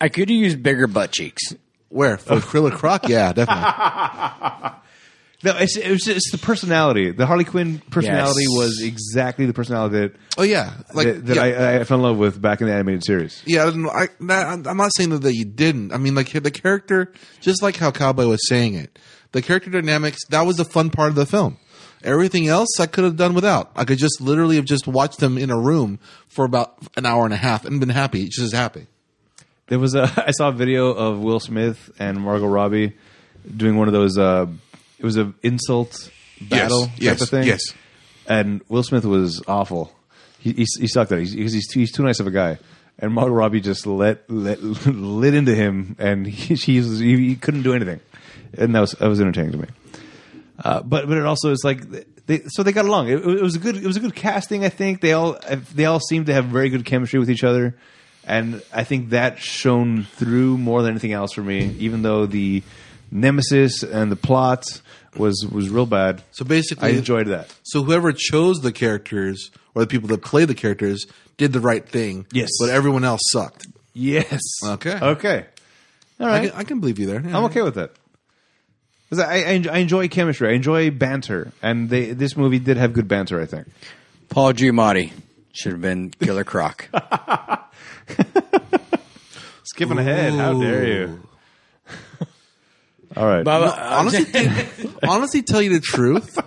[SPEAKER 2] I could have used bigger butt cheeks.
[SPEAKER 3] Where for Krilla Croc? (laughs) Yeah, definitely.
[SPEAKER 1] no, it's, it was, it's the personality. The Harley Quinn personality
[SPEAKER 2] Yes.
[SPEAKER 1] was exactly the personality that
[SPEAKER 3] Oh yeah, like
[SPEAKER 1] that, that
[SPEAKER 3] yeah.
[SPEAKER 1] I, I fell in love with back in the animated series.
[SPEAKER 3] Yeah, I don't know. I, not, I'm not saying that, that you didn't. I mean, like the character, just like how Cowboy was saying it, the character dynamics. That was the fun part of the film. Everything else, I could have done without. I could just literally have just watched them in a room for about an hour and a half and been happy, just as happy.
[SPEAKER 1] There was a (laughs) I saw a video of Will Smith and Margot Robbie doing one of those. Uh, it was an insult battle type
[SPEAKER 3] yes,
[SPEAKER 1] of thing.
[SPEAKER 3] yes.
[SPEAKER 1] and Will Smith was awful. He he, he sucked at it because he's, he's too nice of a guy. And Margot Robbie just let let (laughs) lit into him, and (laughs) he, she was- he, he couldn't do anything. And that was that was entertaining to me. Uh, but but it also is like they so they got along. It, it was a good it was a good casting. I think they all they all seemed to have very good chemistry with each other, and I think that shone through more than anything else for me. Even though the nemesis and the plot was was real bad,
[SPEAKER 3] So basically,
[SPEAKER 1] I enjoyed that.
[SPEAKER 3] So whoever chose the characters or the people that play the characters did the right thing.
[SPEAKER 1] Yes.
[SPEAKER 3] but everyone else sucked.
[SPEAKER 1] Yes.
[SPEAKER 3] Okay.
[SPEAKER 1] Okay. All
[SPEAKER 3] I
[SPEAKER 1] right.
[SPEAKER 3] can, I can believe you there. Yeah.
[SPEAKER 1] I'm okay with it. 'Cause I, I, enjoy, I enjoy chemistry. I enjoy banter, and they, this movie did have good banter. I think.
[SPEAKER 2] Paul Giamatti should have been
[SPEAKER 1] (laughs)
[SPEAKER 2] Killer Croc.
[SPEAKER 1] Skipping ahead, how dare you? All right.
[SPEAKER 2] But,
[SPEAKER 1] (laughs)
[SPEAKER 2] uh,
[SPEAKER 3] honestly, honestly, tell you the (laughs) truth,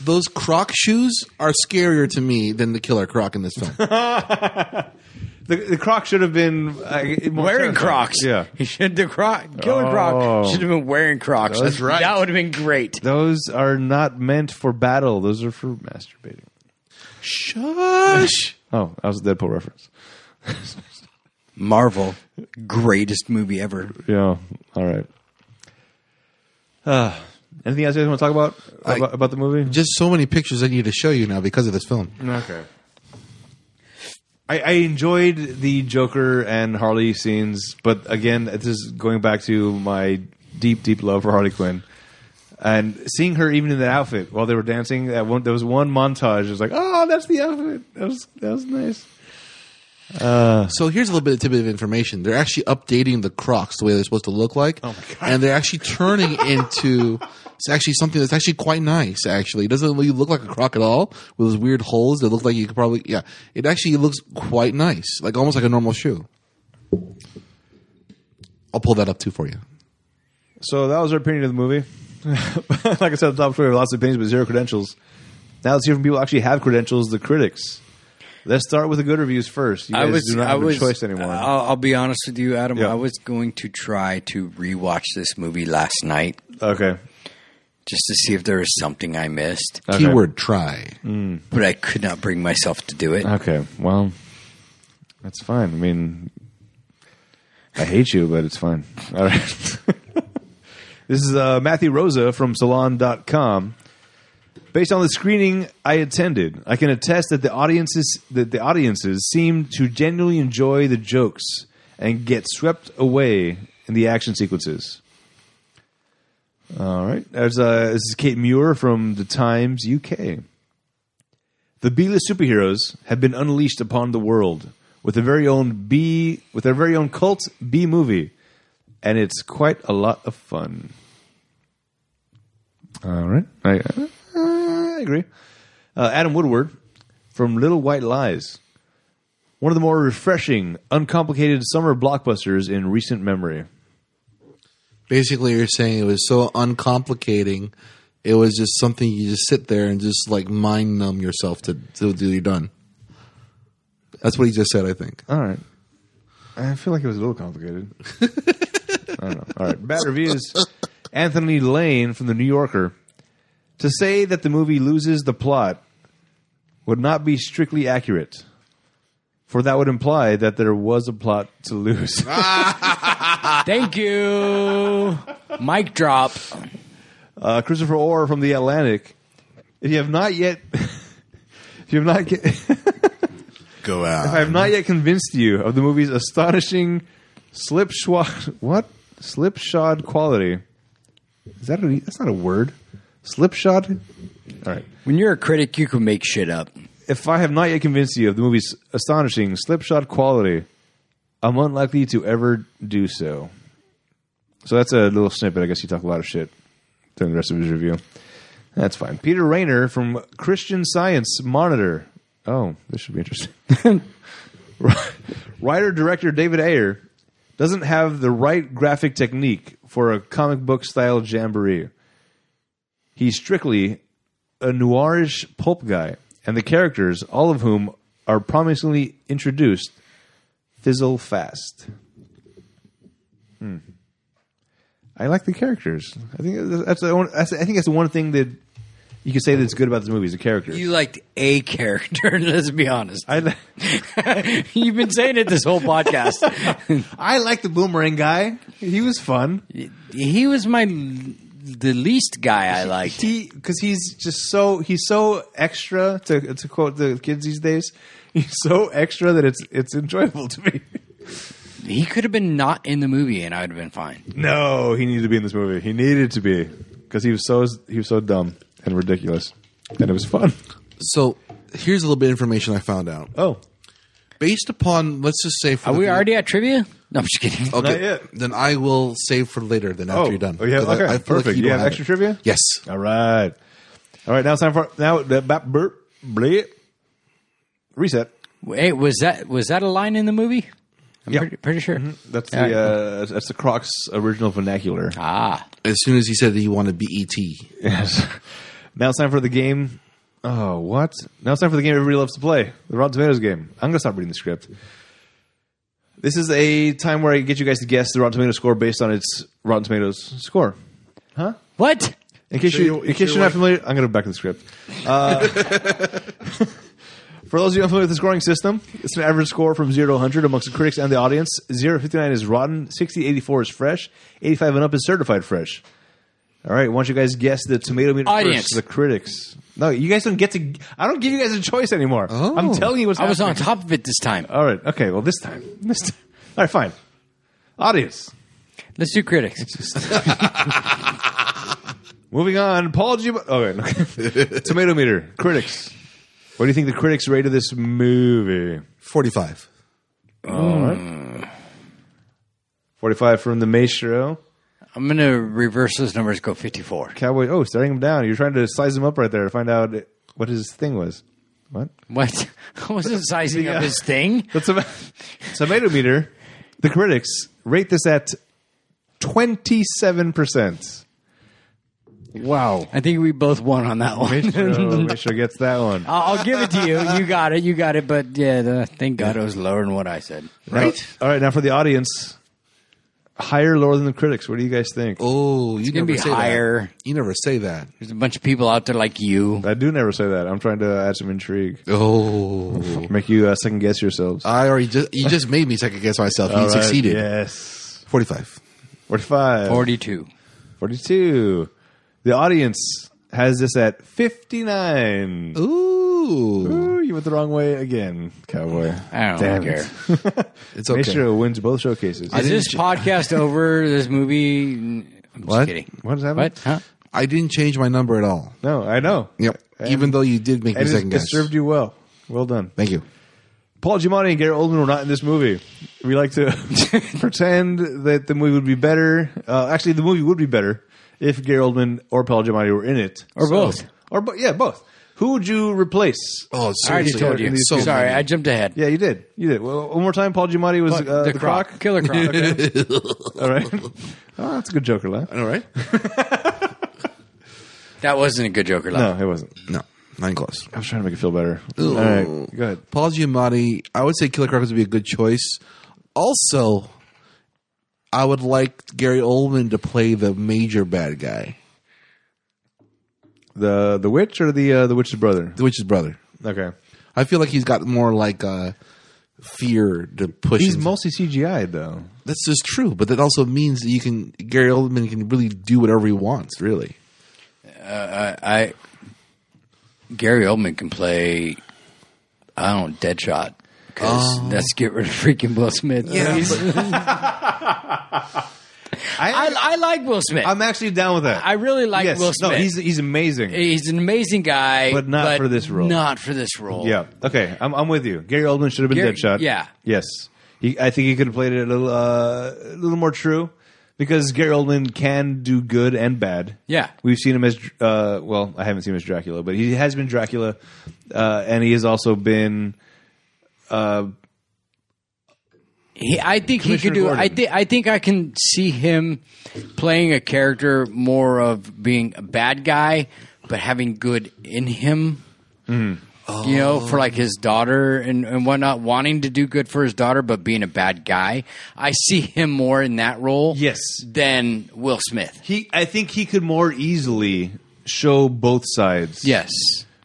[SPEAKER 3] those Croc shoes are scarier to me than the Killer Croc in this (laughs) film.
[SPEAKER 1] the, the croc should have been uh, more
[SPEAKER 2] (laughs)
[SPEAKER 1] terrifying.
[SPEAKER 2] wearing Crocs.
[SPEAKER 1] Yeah.
[SPEAKER 2] He should the Croc Killer Croc
[SPEAKER 1] Oh.
[SPEAKER 2] should have been wearing Crocs.
[SPEAKER 3] That's right.
[SPEAKER 2] That would have been great.
[SPEAKER 1] Those are not meant for battle. Those are for masturbating.
[SPEAKER 3] Shush.
[SPEAKER 1] Oh, that was a Deadpool reference.
[SPEAKER 2] Marvel, greatest movie ever.
[SPEAKER 1] Yeah. All right. Uh, anything else you guys want to talk about
[SPEAKER 3] I-
[SPEAKER 1] about, about the movie?
[SPEAKER 3] Just so many pictures I need to show you now because of this film.
[SPEAKER 1] Okay. I, I enjoyed the Joker and Harley scenes, but again, this is going back to my deep, deep love for Harley Quinn. And seeing her even in that outfit while they were dancing, that one, there was one montage. It was like, oh, that's the outfit. That was that was nice.
[SPEAKER 3] So here's a little bit of tidbit of information. They're actually updating the Crocs the way they're supposed to look like. Oh my god! And they're actually (laughs) turning into it's actually something that's actually quite nice. Actually, it doesn't really look like a croc at all with those weird holes that look like you could probably yeah. It actually looks quite nice, like almost like a normal shoe. I'll pull that up too for you.
[SPEAKER 1] So that was our opinion of the movie. (laughs) like I said, at the top we have lots of opinions but zero credentials. Now let's hear from people who actually have credentials, the critics. Let's start with the good reviews first. You guys do not have a choice anymore.
[SPEAKER 2] I'll, I'll be honest with you, Adam.
[SPEAKER 1] Yeah.
[SPEAKER 2] I was going to try to rewatch this movie last night
[SPEAKER 1] okay.
[SPEAKER 2] just to see if there was something I missed,
[SPEAKER 3] Keyword try.
[SPEAKER 2] but I could not bring myself to do it.
[SPEAKER 1] Okay. Well, that's fine. I mean, I hate you, but it's fine. (laughs) All right. this is uh, Matthew Rosa from Salon.com. Based on the screening I attended, I can attest that the audiences that the audiences seem to genuinely enjoy the jokes and get swept away in the action sequences. All right. There's, uh, this is Kate Muir from The Times UK. The B-list superheroes have been unleashed upon the world with their very own B with their very own cult B movie, and it's quite a lot of fun. All right, I, I agree. Uh, Adam Woodward from Little White Lies, one of the more refreshing, uncomplicated summer blockbusters in recent memory.
[SPEAKER 3] Basically, you're saying it was so uncomplicating. It was just something you just sit there and just like mind numb yourself to to do you're done. That's what he just said, I think.
[SPEAKER 1] All right, I feel like it was a little complicated. (laughs) I don't know. All right, bad reviews. Anthony Lane from the New Yorker. To say that the movie loses the plot would not be strictly accurate, for that would imply that there was a plot to lose.
[SPEAKER 2] (laughs) Thank you. Mic drop.
[SPEAKER 1] Uh, Christopher Orr from the Atlantic. If you have not yet, (laughs) if you have not, ge-
[SPEAKER 3] Go
[SPEAKER 1] I
[SPEAKER 3] out.
[SPEAKER 1] have not yet convinced you of the movie's astonishing slipshod what slipshod quality. Is that a, that's not a word? Slipshod. All right.
[SPEAKER 2] When you're a critic, you can make shit up.
[SPEAKER 1] If I have not yet convinced you of the movie's astonishing slipshod quality, I'm unlikely to ever do so. So that's a little snippet. I guess you talk a lot of shit during the rest of his review. That's fine. Peter Rayner from Christian Science Monitor. Oh, this should be interesting. Writer director David Ayer doesn't have the right graphic technique for a comic book style jamboree. He's strictly a noirish pulp guy, and the characters, all of whom are promisingly introduced, fizzle fast. Hmm. I like the characters. I think that's the one, that's, I think that's the one thing that you can say that's good about this movie is the characters.
[SPEAKER 2] You liked a character, (laughs) let's be honest.
[SPEAKER 1] I, (laughs) li-
[SPEAKER 2] You've been saying it this whole podcast.
[SPEAKER 1] I like the boomerang guy. He was fun.
[SPEAKER 2] he was my the least guy I liked.
[SPEAKER 1] he because he's just so he's so extra to to quote the kids these days. (laughs) He's so extra that it's it's enjoyable to me. (laughs)
[SPEAKER 2] He could have been not in the movie, and I would have been fine.
[SPEAKER 1] No, he needed to be in this movie. He needed to be because he was so he was so dumb and ridiculous, and it was fun.
[SPEAKER 3] So here's a little bit of information I found out.
[SPEAKER 1] Oh,
[SPEAKER 3] Based upon, let's just say, for
[SPEAKER 2] Are
[SPEAKER 3] the
[SPEAKER 2] we
[SPEAKER 3] people-
[SPEAKER 2] already at trivia? No, I'm just kidding.
[SPEAKER 3] Okay,
[SPEAKER 1] Not yet.
[SPEAKER 3] then I will save for later. Then after
[SPEAKER 1] Oh,
[SPEAKER 3] you're done,
[SPEAKER 1] oh, yeah,
[SPEAKER 3] 'Cause I-
[SPEAKER 1] okay,
[SPEAKER 3] I feel like
[SPEAKER 1] perfect. You
[SPEAKER 3] don't
[SPEAKER 1] have extra
[SPEAKER 3] it.
[SPEAKER 1] trivia?
[SPEAKER 3] Yes.
[SPEAKER 1] all right, all right. Now it's time for now that bat burp bleh. reset.
[SPEAKER 2] Wait, was that was that a line in the movie? I'm
[SPEAKER 1] Yeah. Mm-hmm.
[SPEAKER 2] pretty, pretty sure.
[SPEAKER 1] That's
[SPEAKER 2] All right.
[SPEAKER 1] the uh, that's the Crocs original vernacular.
[SPEAKER 2] ah.
[SPEAKER 3] As soon as he said that he wanted E BET,
[SPEAKER 1] Yes. Now it's time for the game. Oh, what? Now it's time for the game everybody loves to play the Rotten Tomatoes game. I'm going to stop reading the script. This is a time where I get you guys to guess the Rotten Tomatoes score based on its Rotten Tomatoes score.
[SPEAKER 2] What?
[SPEAKER 1] In case
[SPEAKER 3] Sure
[SPEAKER 1] you,
[SPEAKER 3] you-
[SPEAKER 1] in case you're
[SPEAKER 3] sure
[SPEAKER 1] not
[SPEAKER 3] what?
[SPEAKER 1] familiar, I'm going to go back to the script. Uh, (laughs) for those of you unfamiliar with the scoring system, it's an average score from zero to 100 amongst the critics and the audience. Zero to 59 is rotten, 60 to 84 is fresh, 85 and up is certified fresh. All right, why don't you guys guess the tomato meter
[SPEAKER 2] Audience.
[SPEAKER 1] first? The critics. No, you guys don't get to. I don't give you guys a choice anymore.
[SPEAKER 3] Oh.
[SPEAKER 1] I'm telling you what's
[SPEAKER 2] I was on
[SPEAKER 1] happening. Uh,
[SPEAKER 2] top of it this time.
[SPEAKER 1] All right, okay. Well, this time, this time. All right, fine. Audience.
[SPEAKER 2] Let's
[SPEAKER 1] (laughs)
[SPEAKER 2] do critics.
[SPEAKER 1] Moving on, Paul G. Okay, no. (laughs) tomato meter critics. What do you think the critics rated this movie?
[SPEAKER 3] 45.
[SPEAKER 1] Forty-five from the Maestro
[SPEAKER 2] I'm gonna reverse those numbers. Go 54.
[SPEAKER 1] Cowboy. Oh, staring him down. You're trying to size him up right there to find out what his thing was. What?
[SPEAKER 2] What? (laughs) I wasn't sizing
[SPEAKER 1] Yeah.
[SPEAKER 2] up his thing.
[SPEAKER 1] The toma- (laughs) tomato meter. The critics rate this at twenty-seven percent. Wow.
[SPEAKER 2] I think we both won on that one.
[SPEAKER 1] Maestro, Maestro gets that one.
[SPEAKER 2] (laughs) I'll I'll give it to you. You got it. You got it. But yeah, the, thank God it was lower than what I said.
[SPEAKER 1] Now- all right, now for the audience. Higher, or lower than the critics. What do you guys think?
[SPEAKER 3] Oh, you
[SPEAKER 2] gonna
[SPEAKER 3] never
[SPEAKER 2] be
[SPEAKER 3] say
[SPEAKER 2] higher.
[SPEAKER 3] That. You never say that.
[SPEAKER 2] There's a bunch of people out there like you.
[SPEAKER 1] I do never say that. I'm trying to add some intrigue,
[SPEAKER 3] Oh,
[SPEAKER 1] make you uh, second guess yourselves.
[SPEAKER 3] I already just you just made me second guess myself. You
[SPEAKER 1] All right,
[SPEAKER 3] succeeded.
[SPEAKER 1] Yes.
[SPEAKER 3] Forty five.
[SPEAKER 1] 45.
[SPEAKER 2] 42.
[SPEAKER 1] 42. The audience has this at 59.
[SPEAKER 3] Ooh,
[SPEAKER 1] Ooh, you went the wrong way again, cowboy.
[SPEAKER 2] I don't
[SPEAKER 1] Damn
[SPEAKER 2] care.
[SPEAKER 1] it.
[SPEAKER 3] it's okay.
[SPEAKER 1] Make sure it wins both showcases.
[SPEAKER 2] Is this
[SPEAKER 1] (laughs)
[SPEAKER 2] podcast over? This movie? I'm just
[SPEAKER 3] What?
[SPEAKER 2] kidding.
[SPEAKER 1] What does that mean?
[SPEAKER 2] What? Huh?
[SPEAKER 3] I didn't change my number at all.
[SPEAKER 1] No, I know.
[SPEAKER 3] Yep. Even though you did make me
[SPEAKER 1] And
[SPEAKER 3] second
[SPEAKER 1] it, it
[SPEAKER 3] guess.
[SPEAKER 1] served you well. Well done.
[SPEAKER 3] Thank you.
[SPEAKER 1] Paul Giamatti and Gary Oldman were not in this movie. We like
[SPEAKER 2] (laughs)
[SPEAKER 1] to pretend that the movie would be better. Uh, actually, the movie would be better if Gary Oldman or Paul Giamatti were in it,
[SPEAKER 2] Or both.
[SPEAKER 1] or bo- yeah, both. Who would you replace?
[SPEAKER 3] Oh,
[SPEAKER 2] I already
[SPEAKER 3] seriously.
[SPEAKER 2] told you.
[SPEAKER 3] So
[SPEAKER 2] Sorry,
[SPEAKER 3] many.
[SPEAKER 2] I jumped ahead.
[SPEAKER 1] Yeah, you did. You did. Well, one more time, Paul Giamatti was
[SPEAKER 2] But
[SPEAKER 1] uh, the, croc.
[SPEAKER 2] Killer Croc.
[SPEAKER 1] All right. (laughs) Oh, that's a good Joker laugh.
[SPEAKER 3] All right.
[SPEAKER 2] (laughs) That wasn't a good Joker laugh.
[SPEAKER 1] No, it wasn't.
[SPEAKER 3] No, not even close.
[SPEAKER 1] I was trying to make it feel better.
[SPEAKER 3] Ooh.
[SPEAKER 1] All right, go ahead.
[SPEAKER 3] Paul Giamatti. I would say Killer Croc would be a good choice. Also, I would like Gary Oldman to play the major bad guy,
[SPEAKER 1] The the witch or the uh, the witch's brother?
[SPEAKER 3] the witch's brother.
[SPEAKER 1] Okay.
[SPEAKER 3] I feel like he's got more like uh, fear to push.
[SPEAKER 1] He's
[SPEAKER 3] into-
[SPEAKER 1] mostly CGI though.
[SPEAKER 3] That's just true, but that also means that you can Gary Oldman can really do whatever he wants. Really,
[SPEAKER 2] I Gary Oldman can play. I don't Deadshot because
[SPEAKER 1] Oh.
[SPEAKER 2] that's get rid of freaking Will Smith. (laughs) I, I like Will Smith.
[SPEAKER 1] I'm actually down with that.
[SPEAKER 2] I really like
[SPEAKER 1] yes.
[SPEAKER 2] Will
[SPEAKER 1] No,
[SPEAKER 2] Smith.
[SPEAKER 1] he's he's amazing.
[SPEAKER 2] He's an amazing guy,
[SPEAKER 1] But not for this role.
[SPEAKER 2] Not for this role.
[SPEAKER 1] Yeah. Okay. I'm, I'm with you. Gary Oldman should have been
[SPEAKER 2] Gary-
[SPEAKER 1] Deadshot.
[SPEAKER 2] yeah.
[SPEAKER 1] Yes. He, I think he could have played it a little, uh, a little more true because Gary Oldman can do good and bad.
[SPEAKER 2] Yeah.
[SPEAKER 1] We've seen him as, uh, well, I haven't seen him as Dracula, but he has been Dracula, uh, and he has also been.
[SPEAKER 2] He, I think he could
[SPEAKER 1] Commissioner
[SPEAKER 2] do. I
[SPEAKER 1] Gordon.
[SPEAKER 2] think I think I can see him playing a character more of being a bad guy, but having good in him.
[SPEAKER 1] Mm.
[SPEAKER 2] You know, for like his daughter and, and whatnot, wanting to do good for his daughter, but being a bad guy. I see him more in that role,
[SPEAKER 1] Yes.
[SPEAKER 2] than Will Smith.
[SPEAKER 1] He, I think he could more easily show both sides.
[SPEAKER 2] Yes.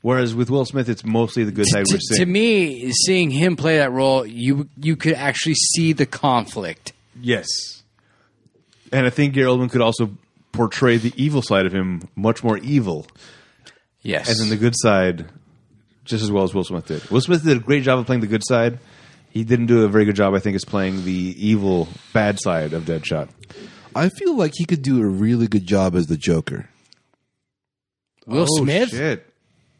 [SPEAKER 1] Whereas with Will Smith, it's mostly the good side
[SPEAKER 2] To,
[SPEAKER 1] we're seeing.
[SPEAKER 2] to me, seeing him play that role, you you could actually see the conflict.
[SPEAKER 1] Yes. And I think Gary Oldman could also portray the evil side of him much more evil.
[SPEAKER 2] Yes,
[SPEAKER 1] as in the good side just as well as Will Smith did. Will Smith did a great job of playing the good side. He didn't do a very good job, I think, as playing the evil, bad side of Deadshot.
[SPEAKER 3] I feel like he could do a really good job as the Joker.
[SPEAKER 2] Will Smith.
[SPEAKER 1] Oh, Shit.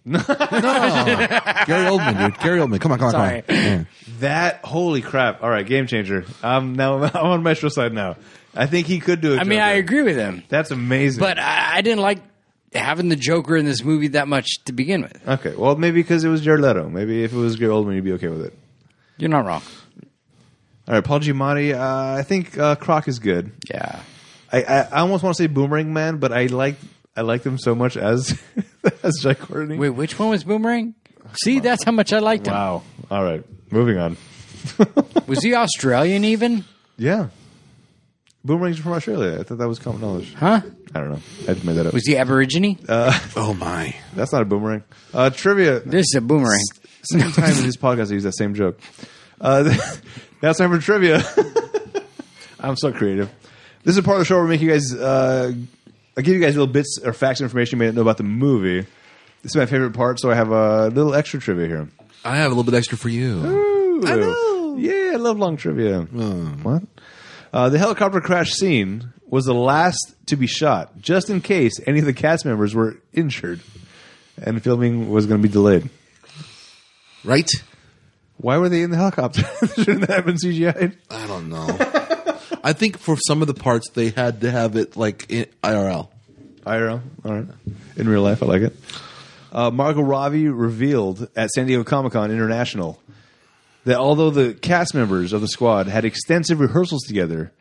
[SPEAKER 3] Gary Oldman, dude. Gary Oldman. Come on, come on,
[SPEAKER 2] Sorry.
[SPEAKER 3] come on. Yeah.
[SPEAKER 1] That, holy crap. All right, game changer. I'm now (laughs) I'm on Metro side now. I think he could do it.
[SPEAKER 2] I mean, I agree with him.
[SPEAKER 1] That's amazing.
[SPEAKER 2] But I, I didn't like having the Joker in this movie that much to begin with.
[SPEAKER 1] okay, well, maybe because it was Jared Leto. Maybe if it was Gary Oldman, you'd be okay with it.
[SPEAKER 2] You're not wrong.
[SPEAKER 1] All right, Paul Giamatti. Uh, I think uh, Croc is good.
[SPEAKER 2] Yeah.
[SPEAKER 1] I, I, I almost want to say Boomerang Man, but I like I like them so much as (laughs) as Jack Courtney.
[SPEAKER 2] Wait, which one was Boomerang? See, that's how much I liked him.
[SPEAKER 1] Wow. All right. Moving on.
[SPEAKER 2] Was he Australian even?
[SPEAKER 1] Yeah. Boomerangs are from Australia. I thought that was common knowledge.
[SPEAKER 2] Huh?
[SPEAKER 1] I don't know. I just made that up.
[SPEAKER 2] Was he Aborigine?
[SPEAKER 1] Uh,
[SPEAKER 3] Oh my.
[SPEAKER 1] That's not a boomerang. Uh, trivia.
[SPEAKER 2] this is a boomerang.
[SPEAKER 1] Second time in this podcast, I use that same joke. Uh, (laughs) now it's time for trivia. (laughs) I'm so creative. This is part of the show where we make you guys. Uh, I give you guys little bits or facts and information you may not know about the movie. This is my favorite part, so I have a little extra trivia here.
[SPEAKER 3] I have a little bit extra for you.
[SPEAKER 1] I know. Hmm. Yeah, I love long trivia. What? Uh, the helicopter crash scene was the last to be shot, just in case any of the cast members were injured and filming was going to be delayed.
[SPEAKER 3] Right?
[SPEAKER 1] Why were they in the helicopter? (laughs) Shouldn't that have been CGI?
[SPEAKER 3] I don't (laughs) know. I think for some of the parts they had to have it like in IRL.
[SPEAKER 1] IRL. All right. In real life, I like it. Uh, Margot Robbie revealed at San Diego Comic Con International that although the cast members of the squad had extensive rehearsals together,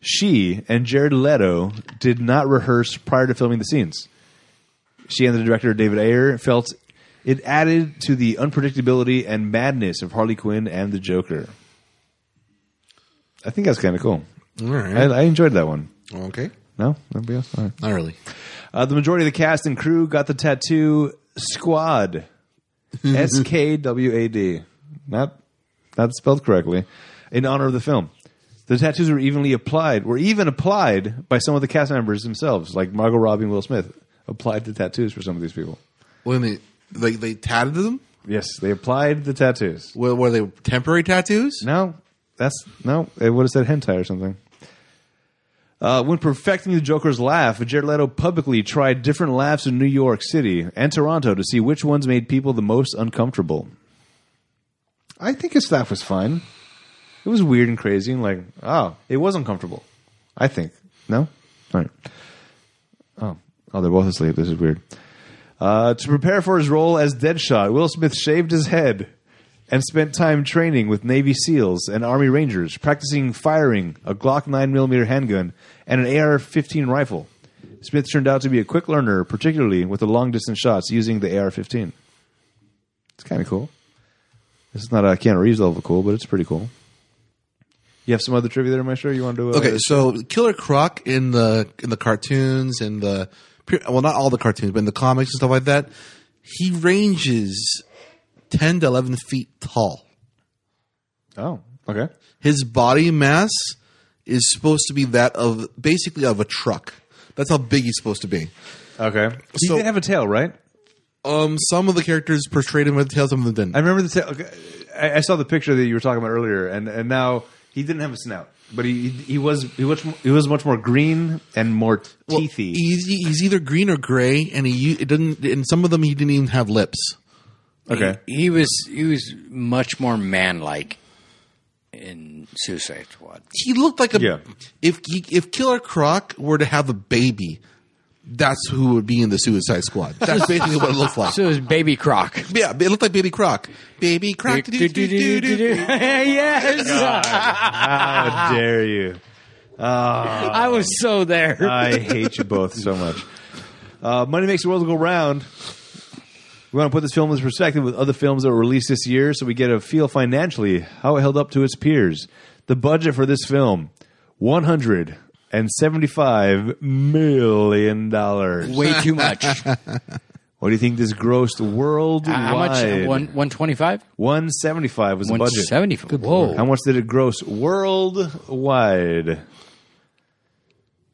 [SPEAKER 1] she and Jared Leto did not rehearse prior to filming the scenes. She and the director David Ayer felt it added to the unpredictability and madness of Harley Quinn and the Joker. I think that's kind of cool.
[SPEAKER 3] All right.
[SPEAKER 1] I, I enjoyed that one.
[SPEAKER 3] okay.
[SPEAKER 1] No, nobody else. All right.
[SPEAKER 3] Not really.
[SPEAKER 1] Uh, the majority of the cast and crew got the tattoo (laughs) squad. S K W A D. Not not spelled correctly. In honor of the film. The tattoos were evenly applied, were even applied by some of the cast members themselves, like Margot Robbie and Will Smith applied the tattoos for some of these people.
[SPEAKER 3] When they they they tatted them.
[SPEAKER 1] Yes, they applied the tattoos.
[SPEAKER 3] Were, were they temporary tattoos?
[SPEAKER 1] No, that's no. It would have said hentai or something. Uh, when perfecting the Joker's laugh, Jared Leto publicly tried different laughs in New York City and Toronto to see which ones made people the most uncomfortable. I think his laugh was fine. It was weird and crazy, and like, oh, it was uncomfortable. I think no, all right. Oh, oh, they're both asleep. This is weird. Uh, to prepare for his role as Deadshot, Will Smith shaved his head and spent time training with Navy SEALs and Army Rangers, practicing firing a Glock 9mm handgun and an AR 15 rifle. Smith turned out to be a quick learner, particularly with the long distance shots using the AR 15. It's kind of cool. This is not a Keanu Reeves level cool, but it's pretty cool. You have some other trivia there, Maestro? You want to do? Uh,
[SPEAKER 3] Okay, so Killer Croc in the in the cartoons and the well, not all the cartoons, but in the comics and stuff like that, he ranges ten to eleven feet tall.
[SPEAKER 1] Oh, okay.
[SPEAKER 3] His body mass is supposed to be that of basically of a truck. That's how big he's supposed to be.
[SPEAKER 1] Okay. So,
[SPEAKER 3] So-
[SPEAKER 1] you did have a tail, right?
[SPEAKER 3] Um, some of the characters portrayed him with tails, some of them didn't.
[SPEAKER 1] I remember the. ta- okay, I, I saw the picture that you were talking about earlier, and, and now he didn't have a snout, but he he was he was he was much more green and more
[SPEAKER 3] Well,
[SPEAKER 1] teethy.
[SPEAKER 3] He's, he's either green or gray, and he u- it didn't. And some of them he didn't even have lips.
[SPEAKER 1] okay,
[SPEAKER 2] He, he was he was much more man like in Suicide Squad.
[SPEAKER 3] He looked like a.
[SPEAKER 1] Yeah.
[SPEAKER 3] If he, if Killer Croc were to have a baby, that's who would be in the Suicide Squad.
[SPEAKER 2] (laughs)
[SPEAKER 3] That's basically what it looks like.
[SPEAKER 2] So it was
[SPEAKER 1] (laughs)
[SPEAKER 2] Baby Croc.
[SPEAKER 3] Yeah, it looked like Baby Croc. Baby Croc. do-do-do-do-do.
[SPEAKER 2] yes,
[SPEAKER 1] how dare you?
[SPEAKER 2] I was so there.
[SPEAKER 1] I hate you both so much. Uh, Money makes the world go round. We want to put this film in perspective with other films that were released this year, so we get a feel financially how it held up to its peers. The budget for this film: one hundred and seventy-five million dollars.
[SPEAKER 2] Way
[SPEAKER 1] (laughs)
[SPEAKER 2] too much.
[SPEAKER 1] What do you think this grossed worldwide?
[SPEAKER 2] How much? One one twenty five.
[SPEAKER 1] One seventy-five was the
[SPEAKER 2] One
[SPEAKER 1] budget.
[SPEAKER 2] seventy five. Whoa.
[SPEAKER 1] How much did it gross worldwide?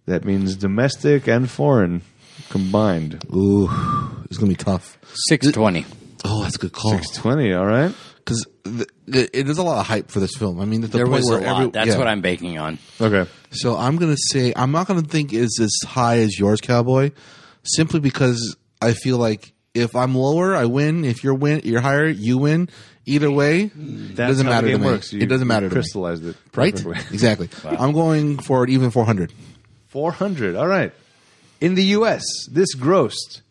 [SPEAKER 1] That means domestic and foreign combined.
[SPEAKER 3] Ooh, it's gonna be tough.
[SPEAKER 2] Six twenty.
[SPEAKER 3] Oh, that's a good call.
[SPEAKER 1] Twenty. All right.
[SPEAKER 3] Because it is a lot of hype for this film. I mean, at the
[SPEAKER 2] There
[SPEAKER 3] point
[SPEAKER 2] was a
[SPEAKER 3] where
[SPEAKER 2] lot.
[SPEAKER 3] every-
[SPEAKER 2] That's
[SPEAKER 3] yeah.
[SPEAKER 2] what I'm baking on.
[SPEAKER 1] Okay.
[SPEAKER 3] So I'm gonna say I'm not gonna think is as high as yours, Cowboy, simply because I feel like if I'm lower, I win. If you're win, you're higher, you win. Either way, it
[SPEAKER 1] That's
[SPEAKER 3] doesn't
[SPEAKER 1] how
[SPEAKER 3] matter
[SPEAKER 1] the
[SPEAKER 3] to
[SPEAKER 1] game
[SPEAKER 3] me.
[SPEAKER 1] works. You-
[SPEAKER 3] it doesn't matter
[SPEAKER 1] you
[SPEAKER 3] to me.
[SPEAKER 1] crystallized it.
[SPEAKER 3] Right?
[SPEAKER 1] (laughs)
[SPEAKER 3] Exactly. I'm going for even 400.
[SPEAKER 1] Four hundred. All right. In the U.S., this grossed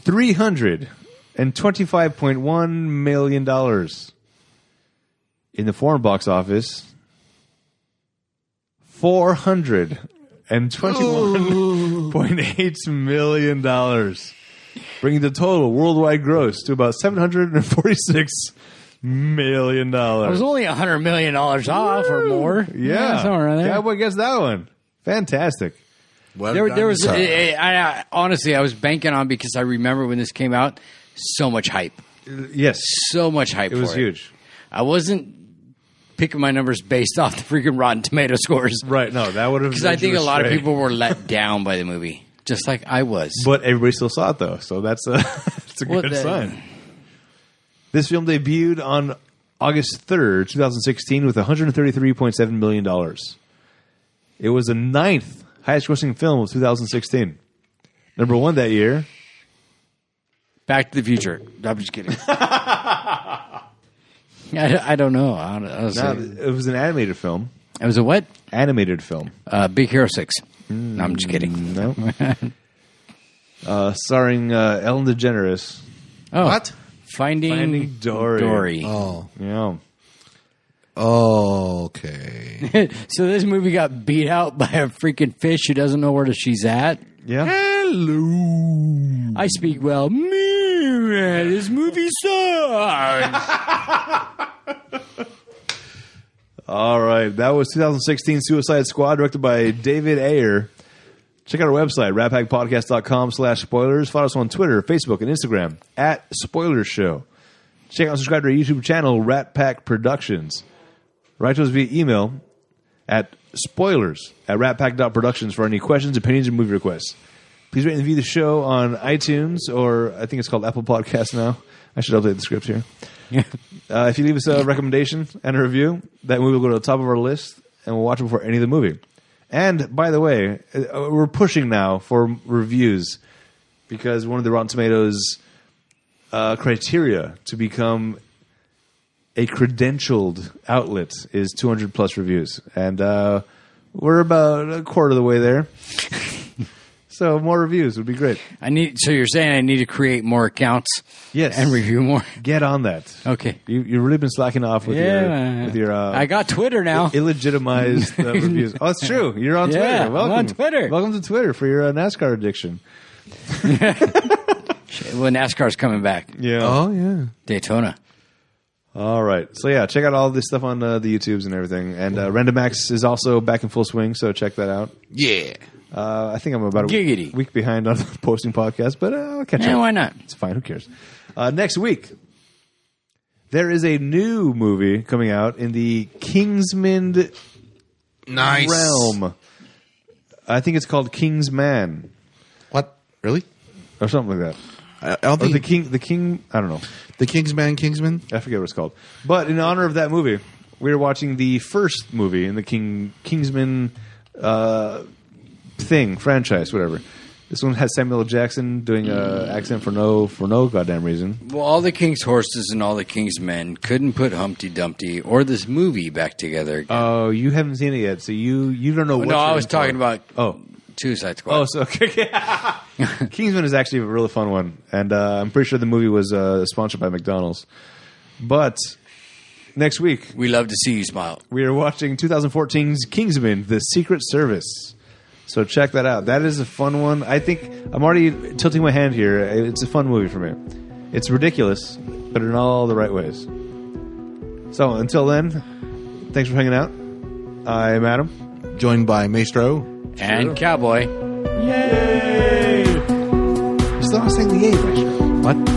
[SPEAKER 1] three hundred and twenty-five point one million dollars. In the foreign box office, four hundred and twenty-one point eight million dollars, bringing the total worldwide gross to about seven hundred and forty-six million
[SPEAKER 2] It
[SPEAKER 1] dollars.
[SPEAKER 2] was only a hundred million dollars off or more.
[SPEAKER 1] Yeah,
[SPEAKER 2] somewhere around there.
[SPEAKER 1] Cowboy gets that one. Fantastic.
[SPEAKER 3] Well
[SPEAKER 2] There, there was.
[SPEAKER 3] done, sir.
[SPEAKER 2] I, I, I- honestly, I was banking on because I remember when this came out, so much hype,
[SPEAKER 1] Yes,
[SPEAKER 2] so much hype.
[SPEAKER 1] it was
[SPEAKER 2] for
[SPEAKER 1] huge.
[SPEAKER 2] I wasn't picking my numbers based (laughs) off the freaking Rotten Tomato scores
[SPEAKER 1] Right? No, that would have
[SPEAKER 2] because I think a lot of people were let (laughs) down by the movie, just like I was.
[SPEAKER 1] But everybody still saw it though, so that's a (laughs) that's a
[SPEAKER 2] Well,
[SPEAKER 1] good
[SPEAKER 2] that-
[SPEAKER 1] sign. This film debuted on August third, two thousand sixteen, with one hundred thirty three point seven million dollars. It was the ninth highest grossing film of two thousand sixteen. Number one that year.
[SPEAKER 2] Back to the Future. No, I'm just kidding. I, don't- I don't know. I don't- honestly.
[SPEAKER 1] Now, it was an animated film.
[SPEAKER 2] it was a what?
[SPEAKER 1] Animated film.
[SPEAKER 2] Uh, Big Hero Six. No, I'm just kidding.
[SPEAKER 1] No.
[SPEAKER 2] (laughs)
[SPEAKER 1] uh, starring uh, Ellen DeGeneres.
[SPEAKER 2] Oh,
[SPEAKER 3] What?
[SPEAKER 2] Finding,
[SPEAKER 1] Finding Dory.
[SPEAKER 2] Dory.
[SPEAKER 3] Oh,
[SPEAKER 1] Yeah.
[SPEAKER 3] okay.
[SPEAKER 1] (laughs)
[SPEAKER 2] so this movie got beat out by a freaking fish who doesn't know where she's at.
[SPEAKER 1] Yeah. Mm.
[SPEAKER 3] Hello.
[SPEAKER 2] I speak well. "Meh,
[SPEAKER 1] (laughs)
[SPEAKER 2] This movie sucks.
[SPEAKER 1] All right, that was 2016 Suicide Squad, directed by David Ayer. Check out our website, raphackpodcast.com slash spoilers. Follow us on Twitter, Facebook, and Instagram, at Spoilers Show. Check out and subscribe to our YouTube channel, Rat Pack Productions. Write to us via email at spoilers at ratpack.productions for any questions, opinions, and movie requests. Please rate and review the show on iTunes, or I think it's called Apple Podcasts now. I should update the script here. Uh, if you leave us a recommendation and a review, that movie will go to the top of our list and we'll watch it before any of the movie. And by the way, uh, we're pushing now for reviews because one of the Rotten Tomatoes uh, criteria to become a credentialed outlet is 200 plus reviews. And uh, we're about a quarter of the way there. (laughs) so more reviews would be great.
[SPEAKER 2] I need. So you're saying I need to create more accounts?
[SPEAKER 1] Yes.
[SPEAKER 2] And review more.
[SPEAKER 1] Get on that.
[SPEAKER 2] Okay.
[SPEAKER 1] You, you've really been slacking off with your. With your uh,
[SPEAKER 2] I got Twitter now.
[SPEAKER 1] illegitimized
[SPEAKER 2] (laughs)
[SPEAKER 1] uh, reviews. Oh, it's true. You're on
[SPEAKER 2] Oh. Yeah,
[SPEAKER 1] Twitter.
[SPEAKER 2] I'm
[SPEAKER 1] Welcome
[SPEAKER 2] on Twitter.
[SPEAKER 1] Welcome to Twitter for your uh, NASCAR addiction.
[SPEAKER 2] well, NASCAR's coming back.
[SPEAKER 1] Yeah.
[SPEAKER 3] Oh yeah.
[SPEAKER 2] Daytona.
[SPEAKER 1] All right. So yeah, check out all this stuff on uh, the YouTubes and everything. And uh, Rendomax is also back in full swing, so check that out.
[SPEAKER 3] Yeah.
[SPEAKER 1] Uh, I think I'm about a
[SPEAKER 2] Giggity.
[SPEAKER 1] week, week behind on (laughs) the posting podcast, but uh, I'll catch
[SPEAKER 2] Eh,
[SPEAKER 1] up.
[SPEAKER 2] why not?
[SPEAKER 1] It's fine. Who cares? Uh, next week, there is a new movie coming out in the Kingsmund
[SPEAKER 3] Nice.
[SPEAKER 1] realm. I think it's called King's Man
[SPEAKER 3] What? Really?
[SPEAKER 1] or something like that.
[SPEAKER 3] I I don't
[SPEAKER 1] Or
[SPEAKER 3] think
[SPEAKER 1] the
[SPEAKER 3] the,
[SPEAKER 1] king, the king. I don't know.
[SPEAKER 3] Kingsman, Kingsman.
[SPEAKER 1] I forget what it's called. But in honor of that movie, we were watching the first movie in the King Kingsman uh, thing franchise, whatever. This one has Samuel L. Jackson doing an accent for no for no goddamn reason.
[SPEAKER 2] Well, all the king's horses and all the king's men couldn't put Humpty Dumpty or this movie back together.
[SPEAKER 1] Oh, you haven't seen it yet, so you you don't know. what
[SPEAKER 2] no,
[SPEAKER 1] you're
[SPEAKER 2] I was
[SPEAKER 1] in for.
[SPEAKER 2] talking about
[SPEAKER 1] Oh.
[SPEAKER 2] Suicide Squad.
[SPEAKER 1] Oh, so (laughs)
[SPEAKER 2] (laughs)
[SPEAKER 1] okay. Kingsman is actually a really fun one, and uh, I'm pretty sure the movie was uh, sponsored by McDonald's. But next week,
[SPEAKER 2] we love to see you smile.
[SPEAKER 1] We are watching 2014's Kingsman: The Secret Service. So check that out. That is a fun one. I think I'm already tilting my hand here. It's a fun movie for me. It's ridiculous, but in all the right ways. So until then, thanks for hanging out. I'm Adam.
[SPEAKER 3] Joined by Maestro.
[SPEAKER 2] And cowboy.
[SPEAKER 1] Yay! Still not saying the eight.
[SPEAKER 3] What?